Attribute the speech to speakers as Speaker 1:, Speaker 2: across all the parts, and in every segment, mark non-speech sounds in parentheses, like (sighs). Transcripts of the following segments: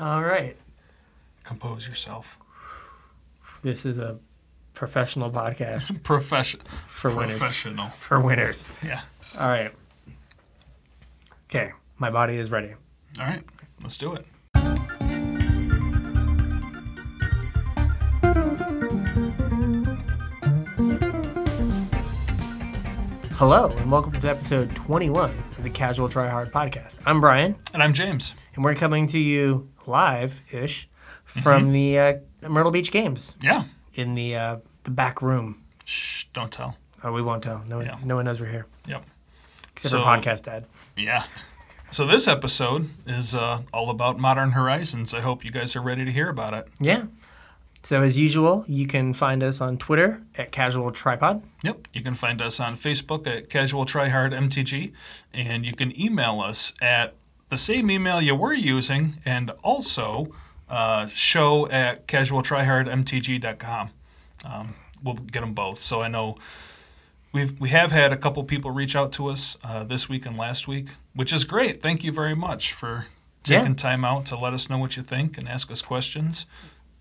Speaker 1: All right.
Speaker 2: Compose yourself.
Speaker 1: This is a professional
Speaker 2: (laughs)
Speaker 1: podcast
Speaker 2: Profession.
Speaker 1: for winners.
Speaker 2: professional.
Speaker 1: For winners.
Speaker 2: Yeah.
Speaker 1: All right. Okay. My body is ready.
Speaker 2: All right. Let's do it.
Speaker 1: Hello, and welcome to episode 21 of the Casual Try Hard podcast. I'm Brian,
Speaker 2: And I'm James.
Speaker 1: and we're coming to you live ish from
Speaker 2: Mm-hmm.
Speaker 1: the uh, Myrtle Beach Games
Speaker 2: Yeah.
Speaker 1: in the, uh, the back room.
Speaker 2: Shh. Don't tell.
Speaker 1: Oh, we won't tell. No one,
Speaker 2: Yeah.
Speaker 1: no one knows we're here
Speaker 2: Yep.
Speaker 1: except
Speaker 2: So-
Speaker 1: for podcast dad.
Speaker 2: Yeah. So this episode is uh, all about Modern Horizons. I hope you guys are ready to hear about it.
Speaker 1: Yeah. So as usual, you can find us on Twitter at Casual Tripod.
Speaker 2: Yep. You can find us on Facebook at Casual Tryhard MTG, and you can email us at the same email you were using, and also uh, show at casualtryhardmtg.com. Um, we'll get them both. So I know we've we have had a couple people reach out to us uh, this week and last week, which is great. Thank you very much for
Speaker 1: Yeah.
Speaker 2: taking time out to let us know what you think and ask us questions.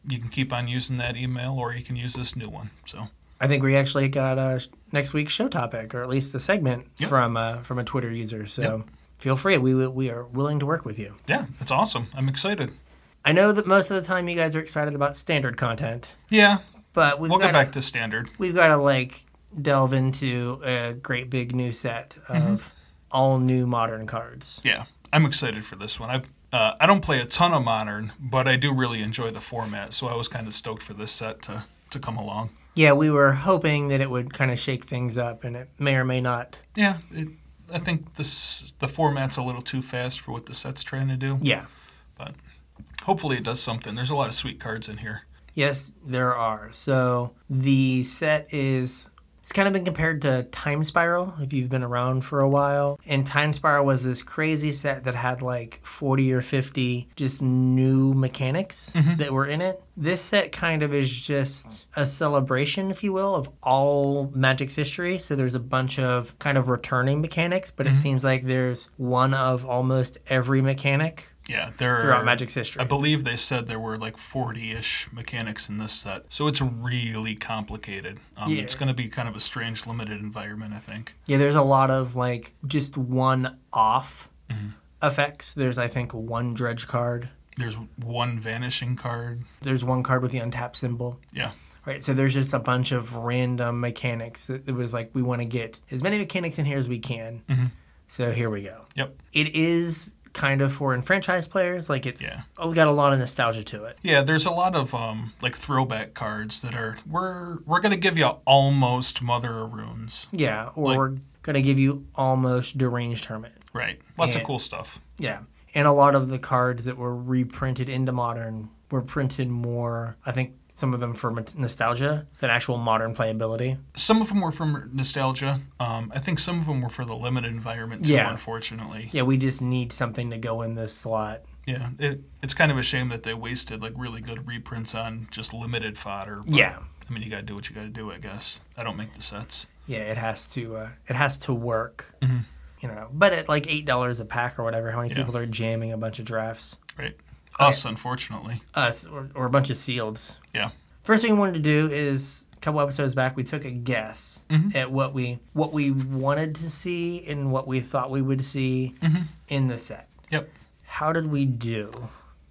Speaker 2: You can keep on using that email, or you can use this new one. So.
Speaker 1: I think we actually got uh, sh- next week's show topic, or at least the segment
Speaker 2: Yep.
Speaker 1: from uh, from a Twitter user. So feel free. We will- we are willing to work with you.
Speaker 2: Yeah, it's awesome. I'm excited.
Speaker 1: I know that most of the time you guys are excited about standard content,
Speaker 2: Yeah,
Speaker 1: but we've
Speaker 2: we'll
Speaker 1: got
Speaker 2: get back to standard.
Speaker 1: we've got to like delve into a great big new set of all new modern cards.
Speaker 2: Yeah, I'm excited for this one. I uh, I don't play a ton of modern, but I do really enjoy the format, so I was kind of stoked for this set to to come along.
Speaker 1: Yeah, we were hoping that it would kind of shake things up, and it may or may not.
Speaker 2: Yeah, it, I think this the format's a little too fast for what the set's trying to do.
Speaker 1: Yeah.
Speaker 2: Hopefully, it does something. There's a lot of sweet cards in here.
Speaker 1: Yes, there are. So the set is it's kind of been compared to Time Spiral if you've been around for a while. And Time Spiral was this crazy set that had like 40 or 50 just new mechanics that were in it. This set kind of is just a celebration, if you will, of all Magic's history. So there's a bunch of kind of returning mechanics, but it seems like there's one of almost every mechanic
Speaker 2: Yeah, there
Speaker 1: throughout
Speaker 2: are-
Speaker 1: Magic's history.
Speaker 2: I believe they said there were like 40-ish mechanics in this set, so it's really complicated. Um,
Speaker 1: Yeah.
Speaker 2: It's going to be kind of a strange, limited environment, I think.
Speaker 1: Yeah, there's a lot of like just one off
Speaker 2: Mm-hmm.
Speaker 1: effects. There's I think one dredge card.
Speaker 2: There's one vanishing card.
Speaker 1: There's one card with the untap symbol.
Speaker 2: Yeah.
Speaker 1: Right. So there's just a bunch of random mechanics that it was like we want to get as many mechanics in here as we can. So here we go.
Speaker 2: Mm-hmm. Yep.
Speaker 1: It is kind of for enfranchised players. Like it's
Speaker 2: Yeah.
Speaker 1: oh, got a lot of nostalgia to it.
Speaker 2: Yeah, there's a lot of um, like throwback cards that are we're we're gonna give you almost Mother of Runes,
Speaker 1: Yeah. Or
Speaker 2: Like-
Speaker 1: we're gonna give you almost deranged hermit.
Speaker 2: right? Lots
Speaker 1: Yeah.
Speaker 2: of cool stuff.
Speaker 1: Yeah. And a lot of the cards that were reprinted into modern were printed more, I think some of them for mat- nostalgia than actual modern playability.
Speaker 2: Some of them were from nostalgia. Um, I think some of them were for the limited environment too.
Speaker 1: Yeah.
Speaker 2: Unfortunately,
Speaker 1: Yeah, we just need something to go in this slot.
Speaker 2: yeah, it, it's kind of a shame that they wasted like really good reprints on just limited fodder. but,
Speaker 1: Yeah.
Speaker 2: I mean you gotta do what you gotta do. I guess I don't make the sets.
Speaker 1: Yeah, it has to uh, it has to work. You know, but at like eight dollars a pack or whatever, how many
Speaker 2: Yeah.
Speaker 1: people are jamming a bunch of drafts?
Speaker 2: Right. Us, unfortunately.
Speaker 1: Us or, or a bunch of sealeds.
Speaker 2: Yeah.
Speaker 1: First thing we wanted to do is a couple episodes back we took a guess at what we what we wanted to see and what we thought we would see in the set.
Speaker 2: Yep.
Speaker 1: How did we do?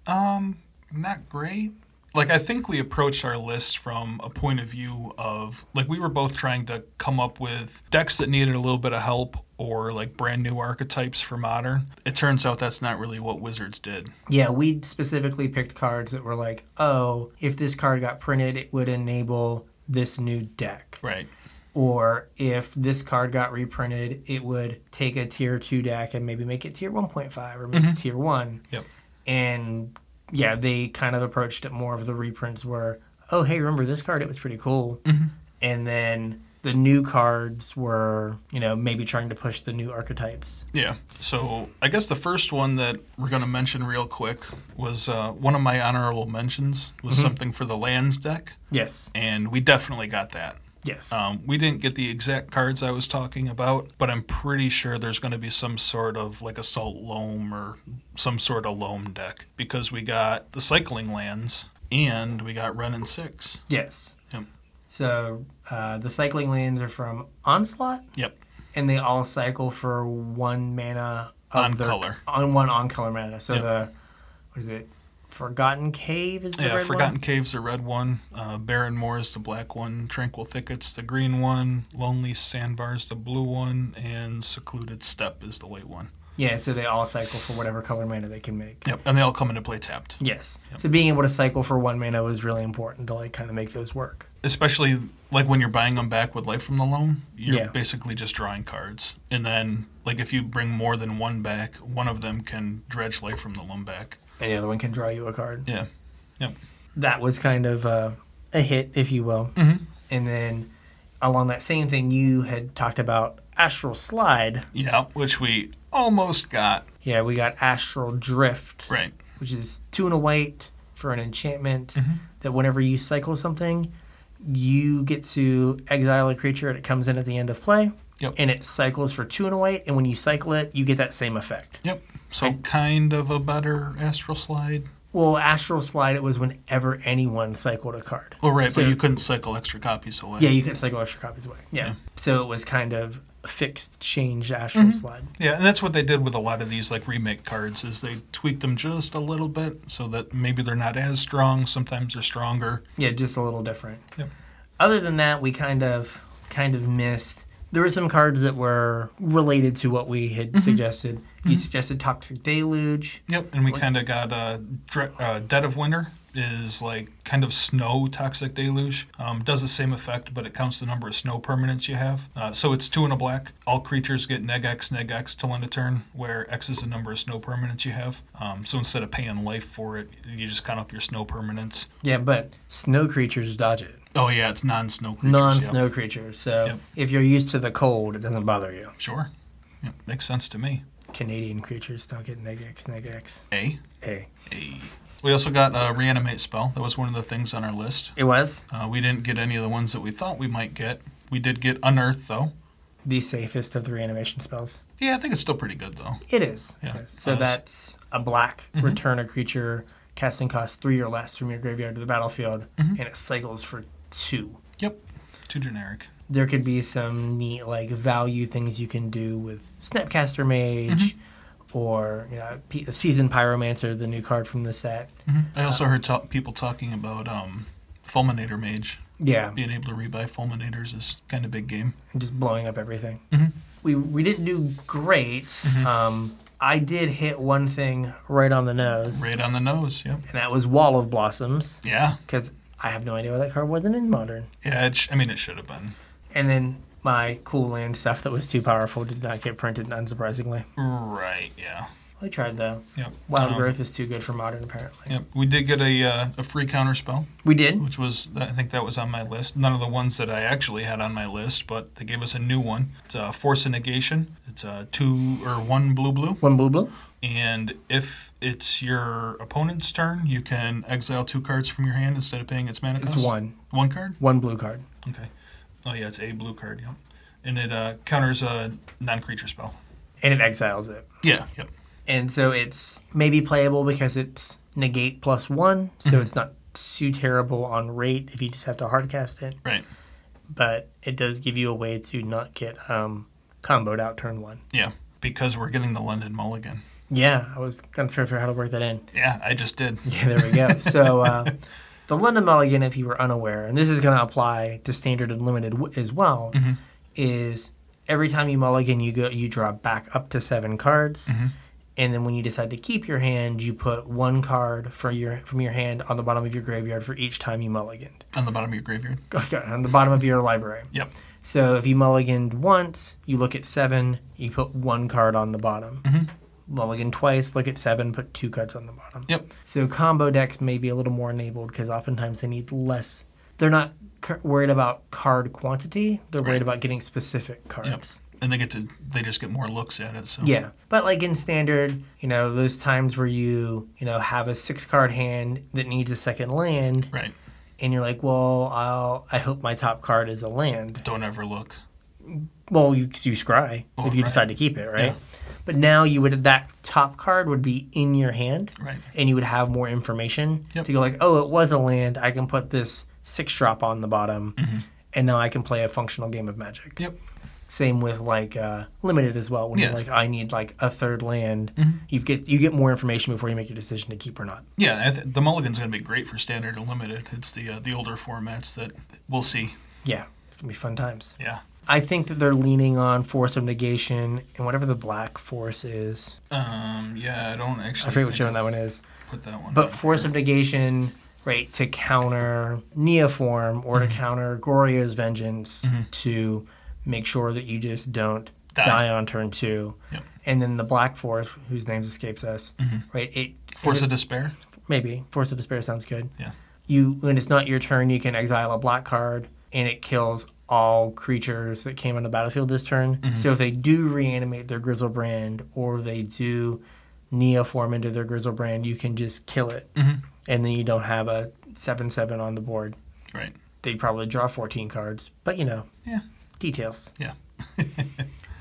Speaker 2: Um, not great. Like I think we approached our list from a point of view of like we were both trying to come up with decks that needed a little bit of help or like brand new archetypes for modern. It turns out that's not really what Wizards did.
Speaker 1: Yeah, we specifically picked cards that were like, oh, if this card got printed, it would enable this new deck.
Speaker 2: Right.
Speaker 1: Or if this card got reprinted, it would take a tier two deck and maybe make it tier 1.5 or make it tier one.
Speaker 2: Mm-hmm. Yep.
Speaker 1: And yeah, they kind of approached it more of the reprints were, oh, hey, remember this card? It was pretty cool.
Speaker 2: Mm-hmm.
Speaker 1: And then the new cards were, you know, maybe trying to push the new archetypes.
Speaker 2: Yeah. So I guess the first one that we're going to mention real quick was uh, one of my honorable mentions was something for the lands deck,
Speaker 1: Yes.
Speaker 2: and we definitely got that.
Speaker 1: Yes.
Speaker 2: Um, we didn't get the exact cards I was talking about, but I'm pretty sure there's going to be some sort of like assault loam or some sort of loam deck because we got the cycling lands and we got Ren and Six.
Speaker 1: yes.
Speaker 2: Yep.
Speaker 1: So uh, the cycling lands are from Onslaught,
Speaker 2: Yep.
Speaker 1: and they all cycle for one mana of
Speaker 2: On
Speaker 1: their-
Speaker 2: color.
Speaker 1: on one on color mana. So
Speaker 2: Yep.
Speaker 1: the what is it? Forgotten Cave is the
Speaker 2: Yeah,
Speaker 1: red
Speaker 2: Forgotten
Speaker 1: one.
Speaker 2: Caves, the red one. Uh, Barren Moors, the black one. Tranquil Thickets, the green one. Lonely Sandbars, the blue one. And Secluded Step is the white one.
Speaker 1: Yeah, so they all cycle for whatever color mana they can make.
Speaker 2: Yep. And they all come into play tapped.
Speaker 1: Yes. So being able to cycle for one mana was really important to like kind of make those work.
Speaker 2: Especially like when you're buying them back with Life from the Loan, you're
Speaker 1: Yeah.
Speaker 2: basically just drawing cards. And then, like, if you bring more than one back, one of them can dredge Life from the Loan back.
Speaker 1: And the other one can draw you a card.
Speaker 2: Yeah.
Speaker 1: That was kind of uh, a hit, if you will.
Speaker 2: Mhm.
Speaker 1: And then along that same thing, you had talked about Astral Slide.
Speaker 2: Yeah, which we almost got.
Speaker 1: Yeah, we got Astral Drift,
Speaker 2: Right.
Speaker 1: which is two and a white for an enchantment
Speaker 2: Mm-hmm.
Speaker 1: that whenever you cycle something, you get to exile a creature and it comes in at the end of play.
Speaker 2: Yep.
Speaker 1: And it cycles for two and a white. And when you cycle it, you get that same effect.
Speaker 2: Yep. So,
Speaker 1: Right.
Speaker 2: kind of a better Astral Slide.
Speaker 1: Well, Astral Slide, it was whenever anyone cycled a card.
Speaker 2: Oh, right,
Speaker 1: So-
Speaker 2: but you couldn't cycle extra copies away.
Speaker 1: Yeah, you couldn't cycle extra copies away. Yeah.
Speaker 2: Yeah.
Speaker 1: So it was kind of fixed, changed Astral
Speaker 2: Mm-hmm.
Speaker 1: Slide.
Speaker 2: Yeah, and that's what they did with a lot of these like remake cards is they tweaked them just a little bit so that maybe they're not as strong. Sometimes they're stronger.
Speaker 1: Yeah, just a little different.
Speaker 2: Yep.
Speaker 1: Other than that, we kind of kind of missed. There were some cards that were related to what we had
Speaker 2: Mm-hmm.
Speaker 1: suggested. You suggested Toxic Deluge.
Speaker 2: Yep, and we kind of got uh, dre- uh, Dead of Winter is like kind of snow toxic deluge. Um, does the same effect, but it counts the number of snow permanents you have. Uh, so it's two and a black. All creatures get neg x neg x till end of turn, where x is the number of snow permanents you have. Um, so instead of paying life for it, you just count up your snow permanents.
Speaker 1: Yeah, but snow creatures dodge it.
Speaker 2: Oh yeah, it's non-snow creatures. yep.
Speaker 1: Non-snow creatures. So
Speaker 2: Yep.
Speaker 1: if you're used to the cold, it doesn't bother you.
Speaker 2: Sure. Yeah, makes sense to me.
Speaker 1: Canadian creatures don't get neg X, neg X.
Speaker 2: A.
Speaker 1: Hey,
Speaker 2: A. We also got a reanimate spell. That was one of the things on our list.
Speaker 1: it was
Speaker 2: Uh, we didn't get any of the ones that we thought we might get. We did get unearth though.
Speaker 1: the safest of the reanimation spells.
Speaker 2: Yeah, I think it's still pretty good though.
Speaker 1: It is.
Speaker 2: Yeah.
Speaker 1: Yes. So
Speaker 2: Uh, s-
Speaker 1: that's a black. Return a creature casting cost three or less from your graveyard to the battlefield, and it cycles for two.
Speaker 2: Yep. Too generic.
Speaker 1: There could be some neat like value things you can do with Snapcaster Mage, or you know, P- Seasoned Pyromancer, the new card from the set.
Speaker 2: I also heard ta- people talking about um, Fulminator Mage.
Speaker 1: Yeah,
Speaker 2: Being able to rebuy Fulminators is kind of big game.
Speaker 1: and just blowing up everything. We we didn't do great. Um, I did hit one thing right on the nose,
Speaker 2: Right on the nose. Yep.
Speaker 1: and that was Wall of Blossoms
Speaker 2: Yeah.
Speaker 1: because I have no idea why that card wasn't in Modern.
Speaker 2: Yeah. It sh- I mean, it should have been.
Speaker 1: And then my cool land stuff that was too powerful did not get printed, unsurprisingly.
Speaker 2: Right. Yeah.
Speaker 1: I tried though.
Speaker 2: Yep.
Speaker 1: Wild
Speaker 2: Um,
Speaker 1: Growth is too good for modern, apparently.
Speaker 2: Yep. We did get a uh, a free counter spell.
Speaker 1: We did.
Speaker 2: which was I think that was on my list. None of the ones that I actually had on my list, but they gave us a new one. It's uh, Force of Negation. It's uh, two or one blue blue,
Speaker 1: One blue blue.
Speaker 2: and if it's your opponent's turn, you can exile two cards from your hand instead of paying its mana
Speaker 1: It's
Speaker 2: cost.
Speaker 1: one.
Speaker 2: One card.
Speaker 1: One blue card.
Speaker 2: Okay. Oh yeah, it's a blue card. Yep. And it uh, counters a non-creature spell.
Speaker 1: And it exiles it.
Speaker 2: Yeah. Yep.
Speaker 1: And so it's maybe playable because it's negate plus one, so it's not too terrible on rate if you just have to hardcast it.
Speaker 2: Right.
Speaker 1: But it does give you a way to not get um, comboed out turn one.
Speaker 2: Yeah. Because we're getting the London Mulligan.
Speaker 1: Yeah, I was kind of trying to figure out how to work that in.
Speaker 2: Yeah, I just did.
Speaker 1: (laughs) Yeah, there we go. So uh, the London Mulligan, if you were unaware, and this is going to apply to standard and limited w- as well, is every time you mulligan, you go you draw back up to seven cards, and then when you decide to keep your hand, you put one card for your from your hand on the bottom of your graveyard for each time you mulliganed (laughs)
Speaker 2: On the bottom of your graveyard.
Speaker 1: on the bottom of your library.
Speaker 2: Yep.
Speaker 1: So if you mulliganed once, you look at seven, you put one card on the bottom.
Speaker 2: Mm-hmm.
Speaker 1: Mulligan twice, look at seven, put two cards on the bottom.
Speaker 2: Yep.
Speaker 1: So combo decks may be a little more enabled because oftentimes they need less. They're not c- worried about card quantity. They're worried
Speaker 2: Right.
Speaker 1: about getting specific cards.
Speaker 2: And they get to they just get more looks at it. So
Speaker 1: Yeah, but like in standard, you know, those times where you you know have a six card hand that needs a second land,
Speaker 2: Right.
Speaker 1: and you're like, well, I'll, I hope my top card is a land.
Speaker 2: Don't ever look.
Speaker 1: Well, you, you scry
Speaker 2: Oh,
Speaker 1: if you
Speaker 2: right.
Speaker 1: decide to keep it, right?
Speaker 2: Yeah.
Speaker 1: But now you would that top card would be in your hand,
Speaker 2: Right.
Speaker 1: and you would have more information
Speaker 2: Yep.
Speaker 1: to go like, oh, it was a land. I can put this six drop on the bottom, and now I can play a functional game of Magic.
Speaker 2: Mm-hmm. Yep.
Speaker 1: Same with like uh, limited as well. When
Speaker 2: Yeah. Mm-hmm.
Speaker 1: you're like, I need like a third land, you get you get more information before you make your decision to keep or not.
Speaker 2: Yeah, I th- the Mulligan's going to be great for standard and limited. It's the uh, the older formats that we'll see.
Speaker 1: Yeah, it's gonna be fun times.
Speaker 2: Yeah.
Speaker 1: I think that they're leaning on force of negation and whatever the black force is.
Speaker 2: Um. Yeah, I don't actually.
Speaker 1: I forget which
Speaker 2: think
Speaker 1: one that one is.
Speaker 2: I'll Put that one.
Speaker 1: But
Speaker 2: down.
Speaker 1: force of negation, right, to counter Neoform or
Speaker 2: Mm-hmm.
Speaker 1: to counter Goria's vengeance to make sure that you just don't
Speaker 2: Die.
Speaker 1: die, on turn two.
Speaker 2: Yep. Mm-hmm.
Speaker 1: And then the black force, whose name escapes us, right? It
Speaker 2: Force of Despair.
Speaker 1: Maybe. Force of Despair sounds good.
Speaker 2: Yeah.
Speaker 1: You when it's not your turn, you can exile a black card and it kills all creatures that came on the battlefield this turn.
Speaker 2: Mm-hmm.
Speaker 1: So if they do reanimate their Grizzlebrand or they do neoform into their Grizzlebrand, you can just kill it.
Speaker 2: Mm-hmm.
Speaker 1: And then you don't have a 7 7 on the board.
Speaker 2: Right.
Speaker 1: They probably draw 14 cards, but you know,
Speaker 2: Yeah.
Speaker 1: details.
Speaker 2: Yeah.
Speaker 1: (laughs)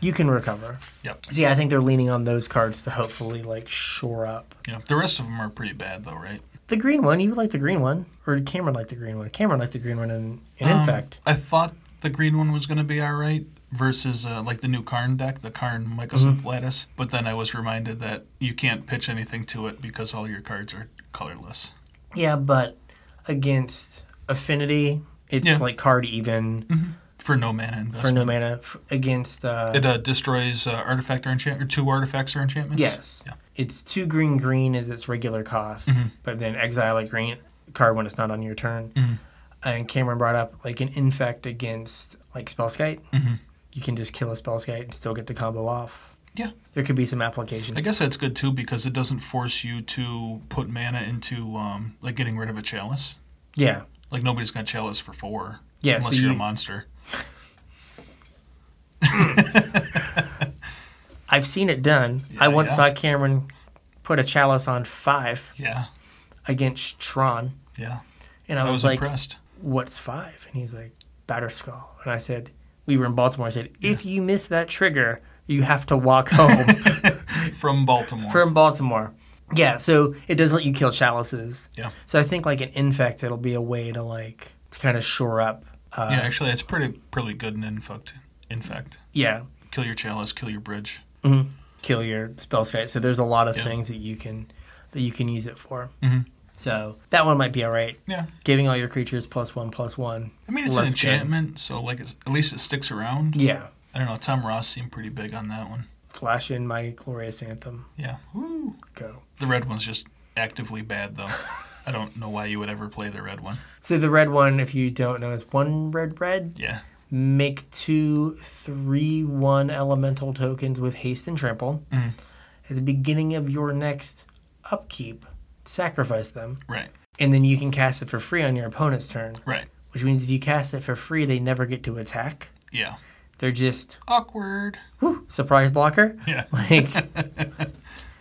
Speaker 1: You can recover.
Speaker 2: Yep.
Speaker 1: So yeah, I think they're leaning on those cards to hopefully like shore up
Speaker 2: Yeah. The rest of them are pretty bad though, right?
Speaker 1: The green one. You like the green one, or did Cameron like the green one? Cameron liked the green one, and, and in
Speaker 2: Um,
Speaker 1: fact,
Speaker 2: I thought the green one was going to be all right versus uh, like the new Karn deck, the Karn Microsoft
Speaker 1: Mm-hmm.
Speaker 2: Lattice. But then I was reminded that you can't pitch anything to it because all your cards are colorless.
Speaker 1: yeah, but against affinity, it's
Speaker 2: Yeah. Mm-hmm.
Speaker 1: like card even
Speaker 2: For no mana
Speaker 1: for
Speaker 2: investment.
Speaker 1: no mana. F- against uh,
Speaker 2: it uh, destroys uh, artifact or enchant or two artifacts or enchantments.
Speaker 1: yes,
Speaker 2: Yeah. Mm-hmm.
Speaker 1: it's two green green is its regular cost, but then exile a green card when it's not on your turn.
Speaker 2: Mm-hmm.
Speaker 1: And Cameron brought up like an infect against like spellskite.
Speaker 2: Mm-hmm.
Speaker 1: You can just kill a spellskite and still get the combo off.
Speaker 2: Yeah.
Speaker 1: There could be some applications.
Speaker 2: I guess that's good too because it doesn't force you to put mana into um, like getting rid of a chalice.
Speaker 1: Yeah.
Speaker 2: Like nobody's got chalice for four.
Speaker 1: Yeah, so
Speaker 2: Unless you're a
Speaker 1: you-
Speaker 2: monster.
Speaker 1: I've seen it done.
Speaker 2: Yeah,
Speaker 1: I once
Speaker 2: yeah.
Speaker 1: saw Cameron put a chalice on five
Speaker 2: Yeah.
Speaker 1: against Tron,
Speaker 2: Yeah.
Speaker 1: and I
Speaker 2: I
Speaker 1: was,
Speaker 2: was
Speaker 1: like,
Speaker 2: impressed.
Speaker 1: "What's five? And he's like, "Batterskull." And I said, "We were in Baltimore." I said, "If you miss that trigger, you have to walk (laughs)
Speaker 2: (laughs)
Speaker 1: home
Speaker 2: From Baltimore.
Speaker 1: from Baltimore." Yeah, so it does let you kill chalices.
Speaker 2: Yeah.
Speaker 1: So I think like an infect, it'll be a way to like to kind of shore up. Uh,
Speaker 2: Yeah, actually, it's pretty pretty good in infect. Infect,
Speaker 1: yeah.
Speaker 2: kill your chalice, kill your bridge.
Speaker 1: kill your spell skite. So there's a lot of
Speaker 2: Yeah. Mm-hmm.
Speaker 1: things that you can that you can use it for. So that one might be all right.
Speaker 2: Yeah,
Speaker 1: Giving all your creatures plus one plus one.
Speaker 2: I mean it's
Speaker 1: Less
Speaker 2: an
Speaker 1: good.
Speaker 2: enchantment, so like it's, at least it sticks around.
Speaker 1: Yeah.
Speaker 2: I don't know. Tom Ross seemed pretty big on that one.
Speaker 1: Flash in my glorious anthem.
Speaker 2: Yeah, Woo.
Speaker 1: Go.
Speaker 2: the red one's just actively bad though. I don't know why you would ever play the red one.
Speaker 1: So the red one, if you don't know, is one red red.
Speaker 2: Yeah,
Speaker 1: Make two three one elemental tokens with haste and trample.
Speaker 2: Mhm.
Speaker 1: At the beginning of your next upkeep, sacrifice them.
Speaker 2: right,
Speaker 1: And then you can cast it for free on your opponent's turn.
Speaker 2: right.
Speaker 1: Which means if you cast it for free, they never get to attack.
Speaker 2: Yeah,
Speaker 1: They're just
Speaker 2: awkward.
Speaker 1: whew, surprise blocker. (laughs)
Speaker 2: Yeah,
Speaker 1: Like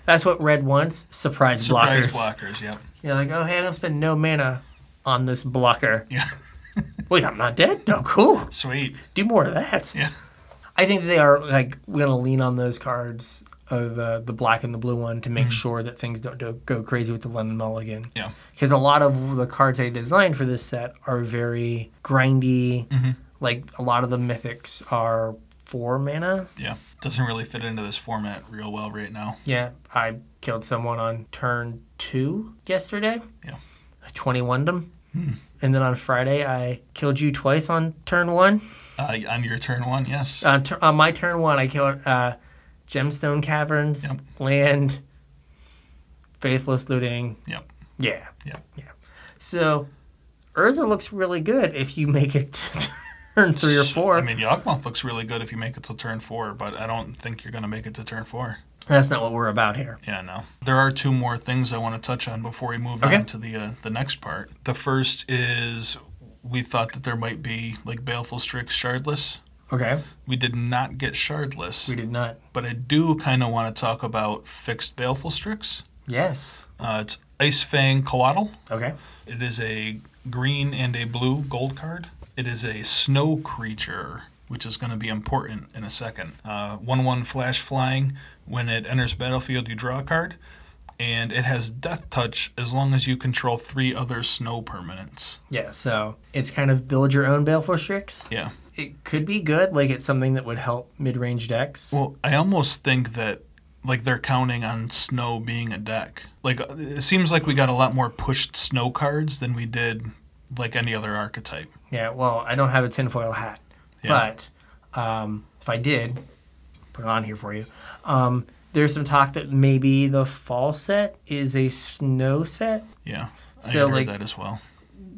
Speaker 1: that's what red wants. Surprise,
Speaker 2: surprise
Speaker 1: blockers.
Speaker 2: blockers. Yep.
Speaker 1: You're like, oh hey, I'm gonna spend no mana on this blocker.
Speaker 2: Yeah, (laughs)
Speaker 1: Wait, I'm not dead? No, cool.
Speaker 2: sweet.
Speaker 1: Do more of that.
Speaker 2: Yeah.
Speaker 1: I think they are like we're gonna lean on those cards, uh, the the black and the blue one, to make sure that things don't do, go crazy with the Lemon Mulligan.
Speaker 2: Mm-hmm. Yeah,
Speaker 1: Because a lot of the cards they designed for this set are very grindy.
Speaker 2: Mm-hmm.
Speaker 1: Like a lot of the mythics are four mana.
Speaker 2: yeah. Doesn't really fit into this format real well right now.
Speaker 1: Yeah, I killed someone on turn two yesterday.
Speaker 2: Yeah. Hmm.
Speaker 1: I 21'd them. And then on Friday, I killed you twice on turn one.
Speaker 2: Uh, on your turn one, yes.
Speaker 1: On, tur on my turn one, I killed uh, Gemstone Caverns,
Speaker 2: Yep.
Speaker 1: Land, Faithless Looting.
Speaker 2: Yep.
Speaker 1: Yeah.
Speaker 2: Yeah.
Speaker 1: Yeah. So Urza looks really good if you make it (laughs) to turn three or four.
Speaker 2: I mean, Yawgmoth looks really good if you make it to turn four, but I don't think you're going to make it to turn four.
Speaker 1: That's not what we're about here.
Speaker 2: Yeah, no. There are two more things I want to touch on before we move
Speaker 1: Okay.
Speaker 2: on to the uh, the next part. The first is we thought that there might be like Baleful Strix Shardless.
Speaker 1: Okay.
Speaker 2: We did not get Shardless,
Speaker 1: We did not.
Speaker 2: but I do kind of want to talk about fixed Baleful Strix.
Speaker 1: Yes.
Speaker 2: Uh, it's Ice Fang Coatl.
Speaker 1: Okay.
Speaker 2: It is a green and a blue gold card. It is a snow creature, which is going to be important in a second. Uh, 1 1 flash flying. When it enters battlefield, you draw a card. And it has death touch as long as you control three other snow permanents.
Speaker 1: Yeah, so it's kind of build your own Baleful Strix.
Speaker 2: Yeah.
Speaker 1: It could be good, like it's something that would help mid range decks.
Speaker 2: Well, I almost think that like they're counting on snow being a deck. Like uh, it seems like we got a lot more pushed snow cards than we did like any other archetype.
Speaker 1: Yeah, well, I don't have a tinfoil hat,
Speaker 2: Yeah.
Speaker 1: but um, if I did, put it on here for you. Um, there's some talk that maybe the fall set is a snow set
Speaker 2: Yeah. I
Speaker 1: So,
Speaker 2: had
Speaker 1: like-
Speaker 2: heard that as well.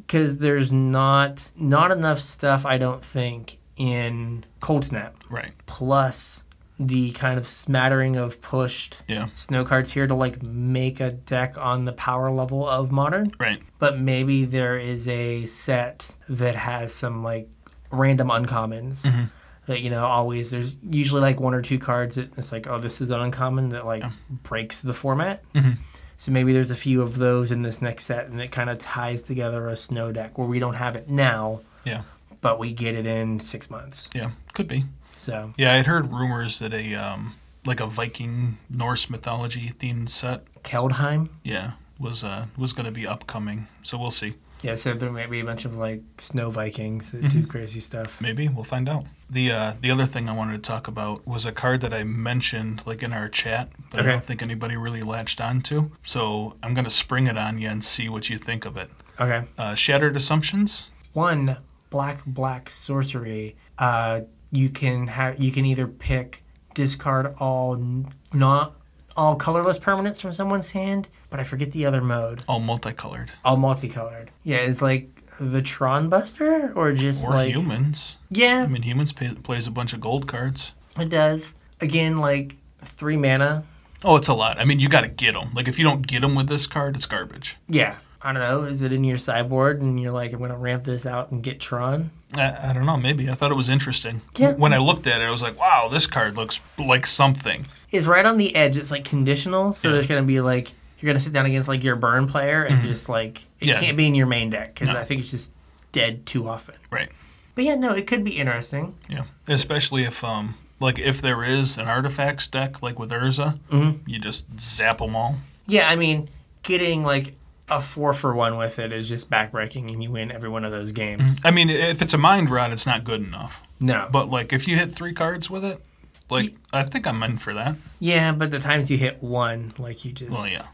Speaker 1: because there's not not enough stuff I don't think in Cold Snap
Speaker 2: Right.
Speaker 1: plus the kind of smattering of pushed
Speaker 2: Yeah.
Speaker 1: snow cards here to like make a deck on the power level of modern
Speaker 2: Right.
Speaker 1: but maybe there is a set that has some like random uncommons that you know always there's usually like one or two cards that it's like oh this is an uncommon that like breaks the format so maybe there's a few of those in this next set and it kind of ties together a snow deck where we don't have it now
Speaker 2: Yeah.
Speaker 1: but we get it in six months
Speaker 2: Yeah. Could be.
Speaker 1: so
Speaker 2: Yeah, I'd heard rumors that a um like a Viking Norse mythology themed set,
Speaker 1: keldheim
Speaker 2: yeah, was uh was going to be upcoming. So we'll see.
Speaker 1: yeah so there might be a bunch of like snow vikings that do crazy stuff
Speaker 2: Maybe we'll find out. The uh, the other thing I wanted to talk about was a card that I mentioned like in our chat, but
Speaker 1: Okay.
Speaker 2: I don't think anybody really latched onto. So I'm gonna spring it on you and see what you think of it.
Speaker 1: okay
Speaker 2: Uh, Shattered Assumptions.
Speaker 1: one black black sorcery uh, you can have you can either pick discard all n- not all colorless permanents from someone's hand but i forget the other mode
Speaker 2: all multicolored
Speaker 1: all multicolored yeah it's like the tron buster or just
Speaker 2: or
Speaker 1: like
Speaker 2: humans.
Speaker 1: yeah
Speaker 2: I mean, humans pay, plays a bunch of gold cards.
Speaker 1: it does again like three mana
Speaker 2: Oh, it's a lot. I mean, you gotta get them. Like if you don't get them with this card, it's garbage.
Speaker 1: yeah i don't know is it in your sideboard and you're like i'm gonna ramp this out and get tron
Speaker 2: I, I don't know. Maybe I thought it was interesting.
Speaker 1: Yeah.
Speaker 2: When I looked at it, I was like, "Wow, this card looks like something."
Speaker 1: is right on the edge. It's like conditional, so there's gonna be like you're gonna sit down against like your burn player and just like it
Speaker 2: Mm-hmm. Yeah.
Speaker 1: can't be in your main deck because I think it's just dead too often.
Speaker 2: Right.
Speaker 1: But yeah, no, it could be interesting.
Speaker 2: Yeah, especially if um like if there is an artifacts deck like with Urza,
Speaker 1: Mm-hmm.
Speaker 2: you just zap them all.
Speaker 1: Yeah, I mean, getting like a four for one with it is just backbreaking, and you win every one of those games.
Speaker 2: I mean, if it's a mind rot, it's not good enough.
Speaker 1: No,
Speaker 2: Mm-hmm. But like if you hit three cards with it, like I think I'm in for that.
Speaker 1: yeah, but the times you hit one, like you just
Speaker 2: Well, yeah,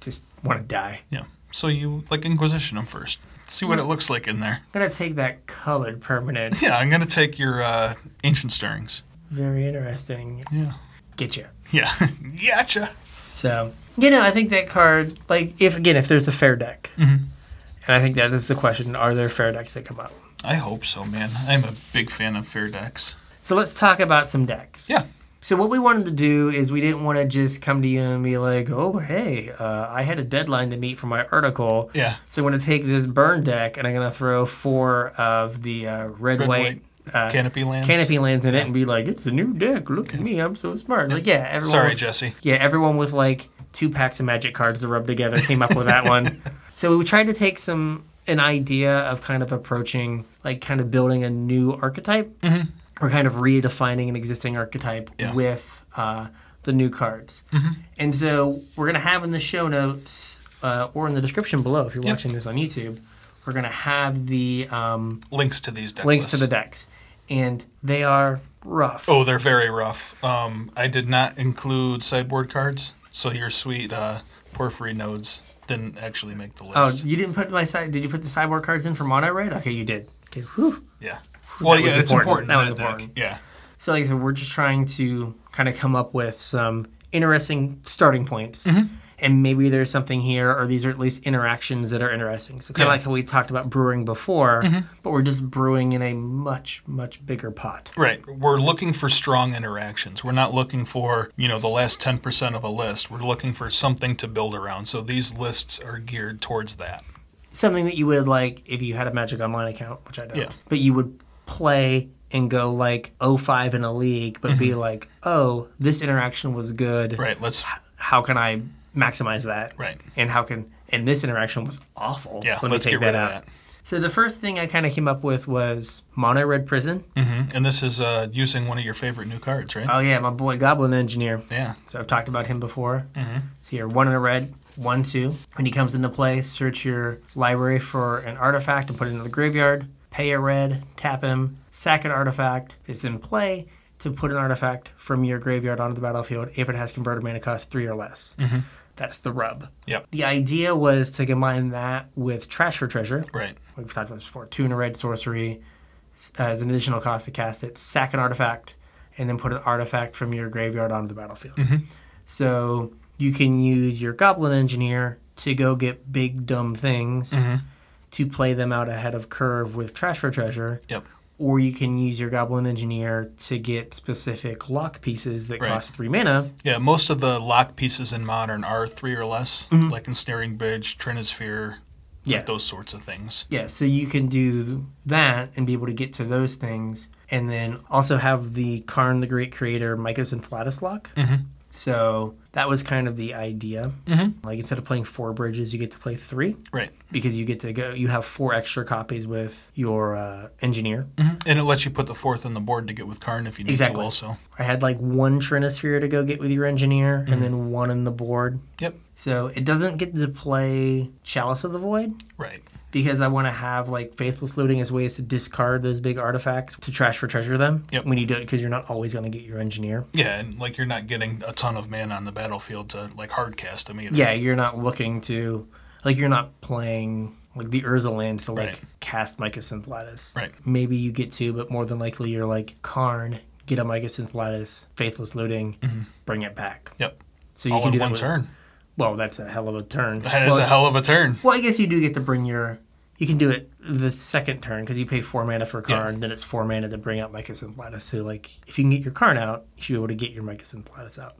Speaker 1: just want to die.
Speaker 2: yeah. So you like Inquisition them first. See what it looks like in there.
Speaker 1: I'm gonna take that colored permanent.
Speaker 2: Yeah, I'm gonna take your uh, ancient stirrings.
Speaker 1: Very interesting.
Speaker 2: Yeah,
Speaker 1: Get you.
Speaker 2: yeah, (laughs) gotcha.
Speaker 1: So you know, I think that card, like if again, if there's a fair deck,
Speaker 2: Mhm.
Speaker 1: and I think that is the question: Are there fair decks that come up?
Speaker 2: I hope so, man. I'm a big fan of fair decks.
Speaker 1: So let's talk about some decks.
Speaker 2: Yeah.
Speaker 1: So what we wanted to do is we didn't want to just come to you and be like, "Oh, hey, uh, I had a deadline to meet for my article."
Speaker 2: Yeah,
Speaker 1: So I'm going to take this burn deck and I'm going to throw four of the uh, red,
Speaker 2: Red,
Speaker 1: white, uh,
Speaker 2: canopy lands.
Speaker 1: canopy lands in it and be like, "It's a new deck. Look at me, I'm so smart." Like, yeah, everyone
Speaker 2: Sorry,
Speaker 1: was-
Speaker 2: Jesse.
Speaker 1: Yeah, everyone with like two packs of magic cards to rub together came up with that
Speaker 2: (laughs)
Speaker 1: one. So we tried to take some an idea of kind of approaching like kind of building a new archetype or kind of redefining an existing archetype
Speaker 2: Mm-hmm. Yeah. Mm-hmm.
Speaker 1: with uh, the new cards. And so we're gonna have in the show notes uh, or in the description below if you're
Speaker 2: Yep.
Speaker 1: watching this on YouTube, we're gonna have the um,
Speaker 2: Links to these deck
Speaker 1: links to
Speaker 2: lists.
Speaker 1: the decks, and they are rough.
Speaker 2: Oh, they're very rough. Um, I did not include sideboard cards, so your sweet uh, porphyry nodes didn't actually make the
Speaker 1: Oh,
Speaker 2: list.
Speaker 1: you didn't put my side. Did you put the sideboard cards in for mono red? Okay, you did. Okay, whew.
Speaker 2: yeah. Well,
Speaker 1: that
Speaker 2: yeah,
Speaker 1: was
Speaker 2: it's
Speaker 1: important.
Speaker 2: important.
Speaker 1: That was
Speaker 2: in deck.
Speaker 1: important.
Speaker 2: Yeah.
Speaker 1: So, like I said, we're just trying to kind of come up with some interesting starting points.
Speaker 2: Mm-hmm.
Speaker 1: And maybe there's something here, or these are at least interactions that are interesting. So, kind of
Speaker 2: Yeah. Mm-hmm.
Speaker 1: like how we talked about brewing before, but we're just brewing in a much, much bigger pot.
Speaker 2: Right. We're looking for strong interactions. We're not looking for, you know, the last 10% of a list. We're looking for something to build around. So these lists are geared towards that.
Speaker 1: Something that you would like if you had a Magic Online account, which I don't,
Speaker 2: Yeah.
Speaker 1: but you would play and go like 05 in a league, but
Speaker 2: Mm-hmm.
Speaker 1: be like, oh, this interaction was good.
Speaker 2: Right. Let's,
Speaker 1: how can I maximize that?
Speaker 2: right.
Speaker 1: And how can and this interaction was awful.
Speaker 2: Yeah.
Speaker 1: Let me
Speaker 2: let's
Speaker 1: take
Speaker 2: get
Speaker 1: that
Speaker 2: rid
Speaker 1: out.
Speaker 2: of that.
Speaker 1: So the first thing I kind of came up with was Mono Red Prison.
Speaker 2: Mm-hmm. And this is uh, using one of your favorite new cards, right?
Speaker 1: Oh yeah, my boy Goblin Engineer.
Speaker 2: yeah.
Speaker 1: So I've talked about him before.
Speaker 2: Mhm.
Speaker 1: So here, one in a red, one two. When he comes into play, search your library for an artifact and put it into the graveyard. Pay a red, tap him, sack an artifact. It's in play to put an artifact from your graveyard onto the battlefield if it has converted mana cost three or less. That's the rub.
Speaker 2: Yep.
Speaker 1: The idea was to combine that with Trash for Treasure.
Speaker 2: Right.
Speaker 1: We've talked about this before. Two in a red sorcery s- uh, as an additional cost to cast it. Sack an artifact, and then put an artifact from your graveyard onto the battlefield. So you can use your Goblin Engineer to go get big dumb things to play them out ahead of curve with Trash for Treasure,
Speaker 2: Yep.
Speaker 1: or you can use your Goblin Engineer to get specific lock pieces that
Speaker 2: Right.
Speaker 1: cost three mana.
Speaker 2: Yeah. Most of the lock pieces in modern are three or less, like Ensnaring Bridge, Trinisphere,
Speaker 1: Mm-hmm. Yeah.
Speaker 2: like those sorts of things.
Speaker 1: Yeah, so you can do that and be able to get to those things, and then also have the Karn the Great Creator Mycos and Flatus lock.
Speaker 2: Mhm.
Speaker 1: So that was kind of the idea.
Speaker 2: Mhm.
Speaker 1: Like instead of playing four bridges, you get to play three
Speaker 2: Right.
Speaker 1: because you get to go. You have four extra copies with your uh, engineer.
Speaker 2: Mhm. And it lets you put the fourth on the board to get with Karn if you need
Speaker 1: Exactly.
Speaker 2: to also.
Speaker 1: I had like one Trinisphere to go get with your engineer, and then one in the board.
Speaker 2: Yep.
Speaker 1: So it doesn't get to play Chalice of the Void.
Speaker 2: Right.
Speaker 1: because I want to have like faithless looting as ways to discard those big artifacts to trash for treasure them
Speaker 2: Yep.
Speaker 1: when you don't because you're not always going to get your engineer.
Speaker 2: Yeah, and like you're not getting a ton of mana on the battlefield to like hard cast them either.
Speaker 1: Yeah, you're not looking to like you're not playing like the Urza lands to like
Speaker 2: Right.
Speaker 1: cast Micah Synthlatus.
Speaker 2: Right.
Speaker 1: Maybe you get to, but more than likely you're like Karn, get a Micah Synthlatus, faithless looting, bring it back.
Speaker 2: Yep.
Speaker 1: So you
Speaker 2: Mm-hmm. All
Speaker 1: can do
Speaker 2: in
Speaker 1: that
Speaker 2: one
Speaker 1: with-
Speaker 2: turn. (laughs)
Speaker 1: Well, that's a hell of a turn.
Speaker 2: That is
Speaker 1: well,
Speaker 2: a hell of a turn.
Speaker 1: well, I guess you do get to bring your. You can do it the second turn because you pay four mana for a Karn, then it's four mana to bring out Micah Synthlatus. So, like, if you can get your Karn out, you should be able to get your Micah Synthlatus out.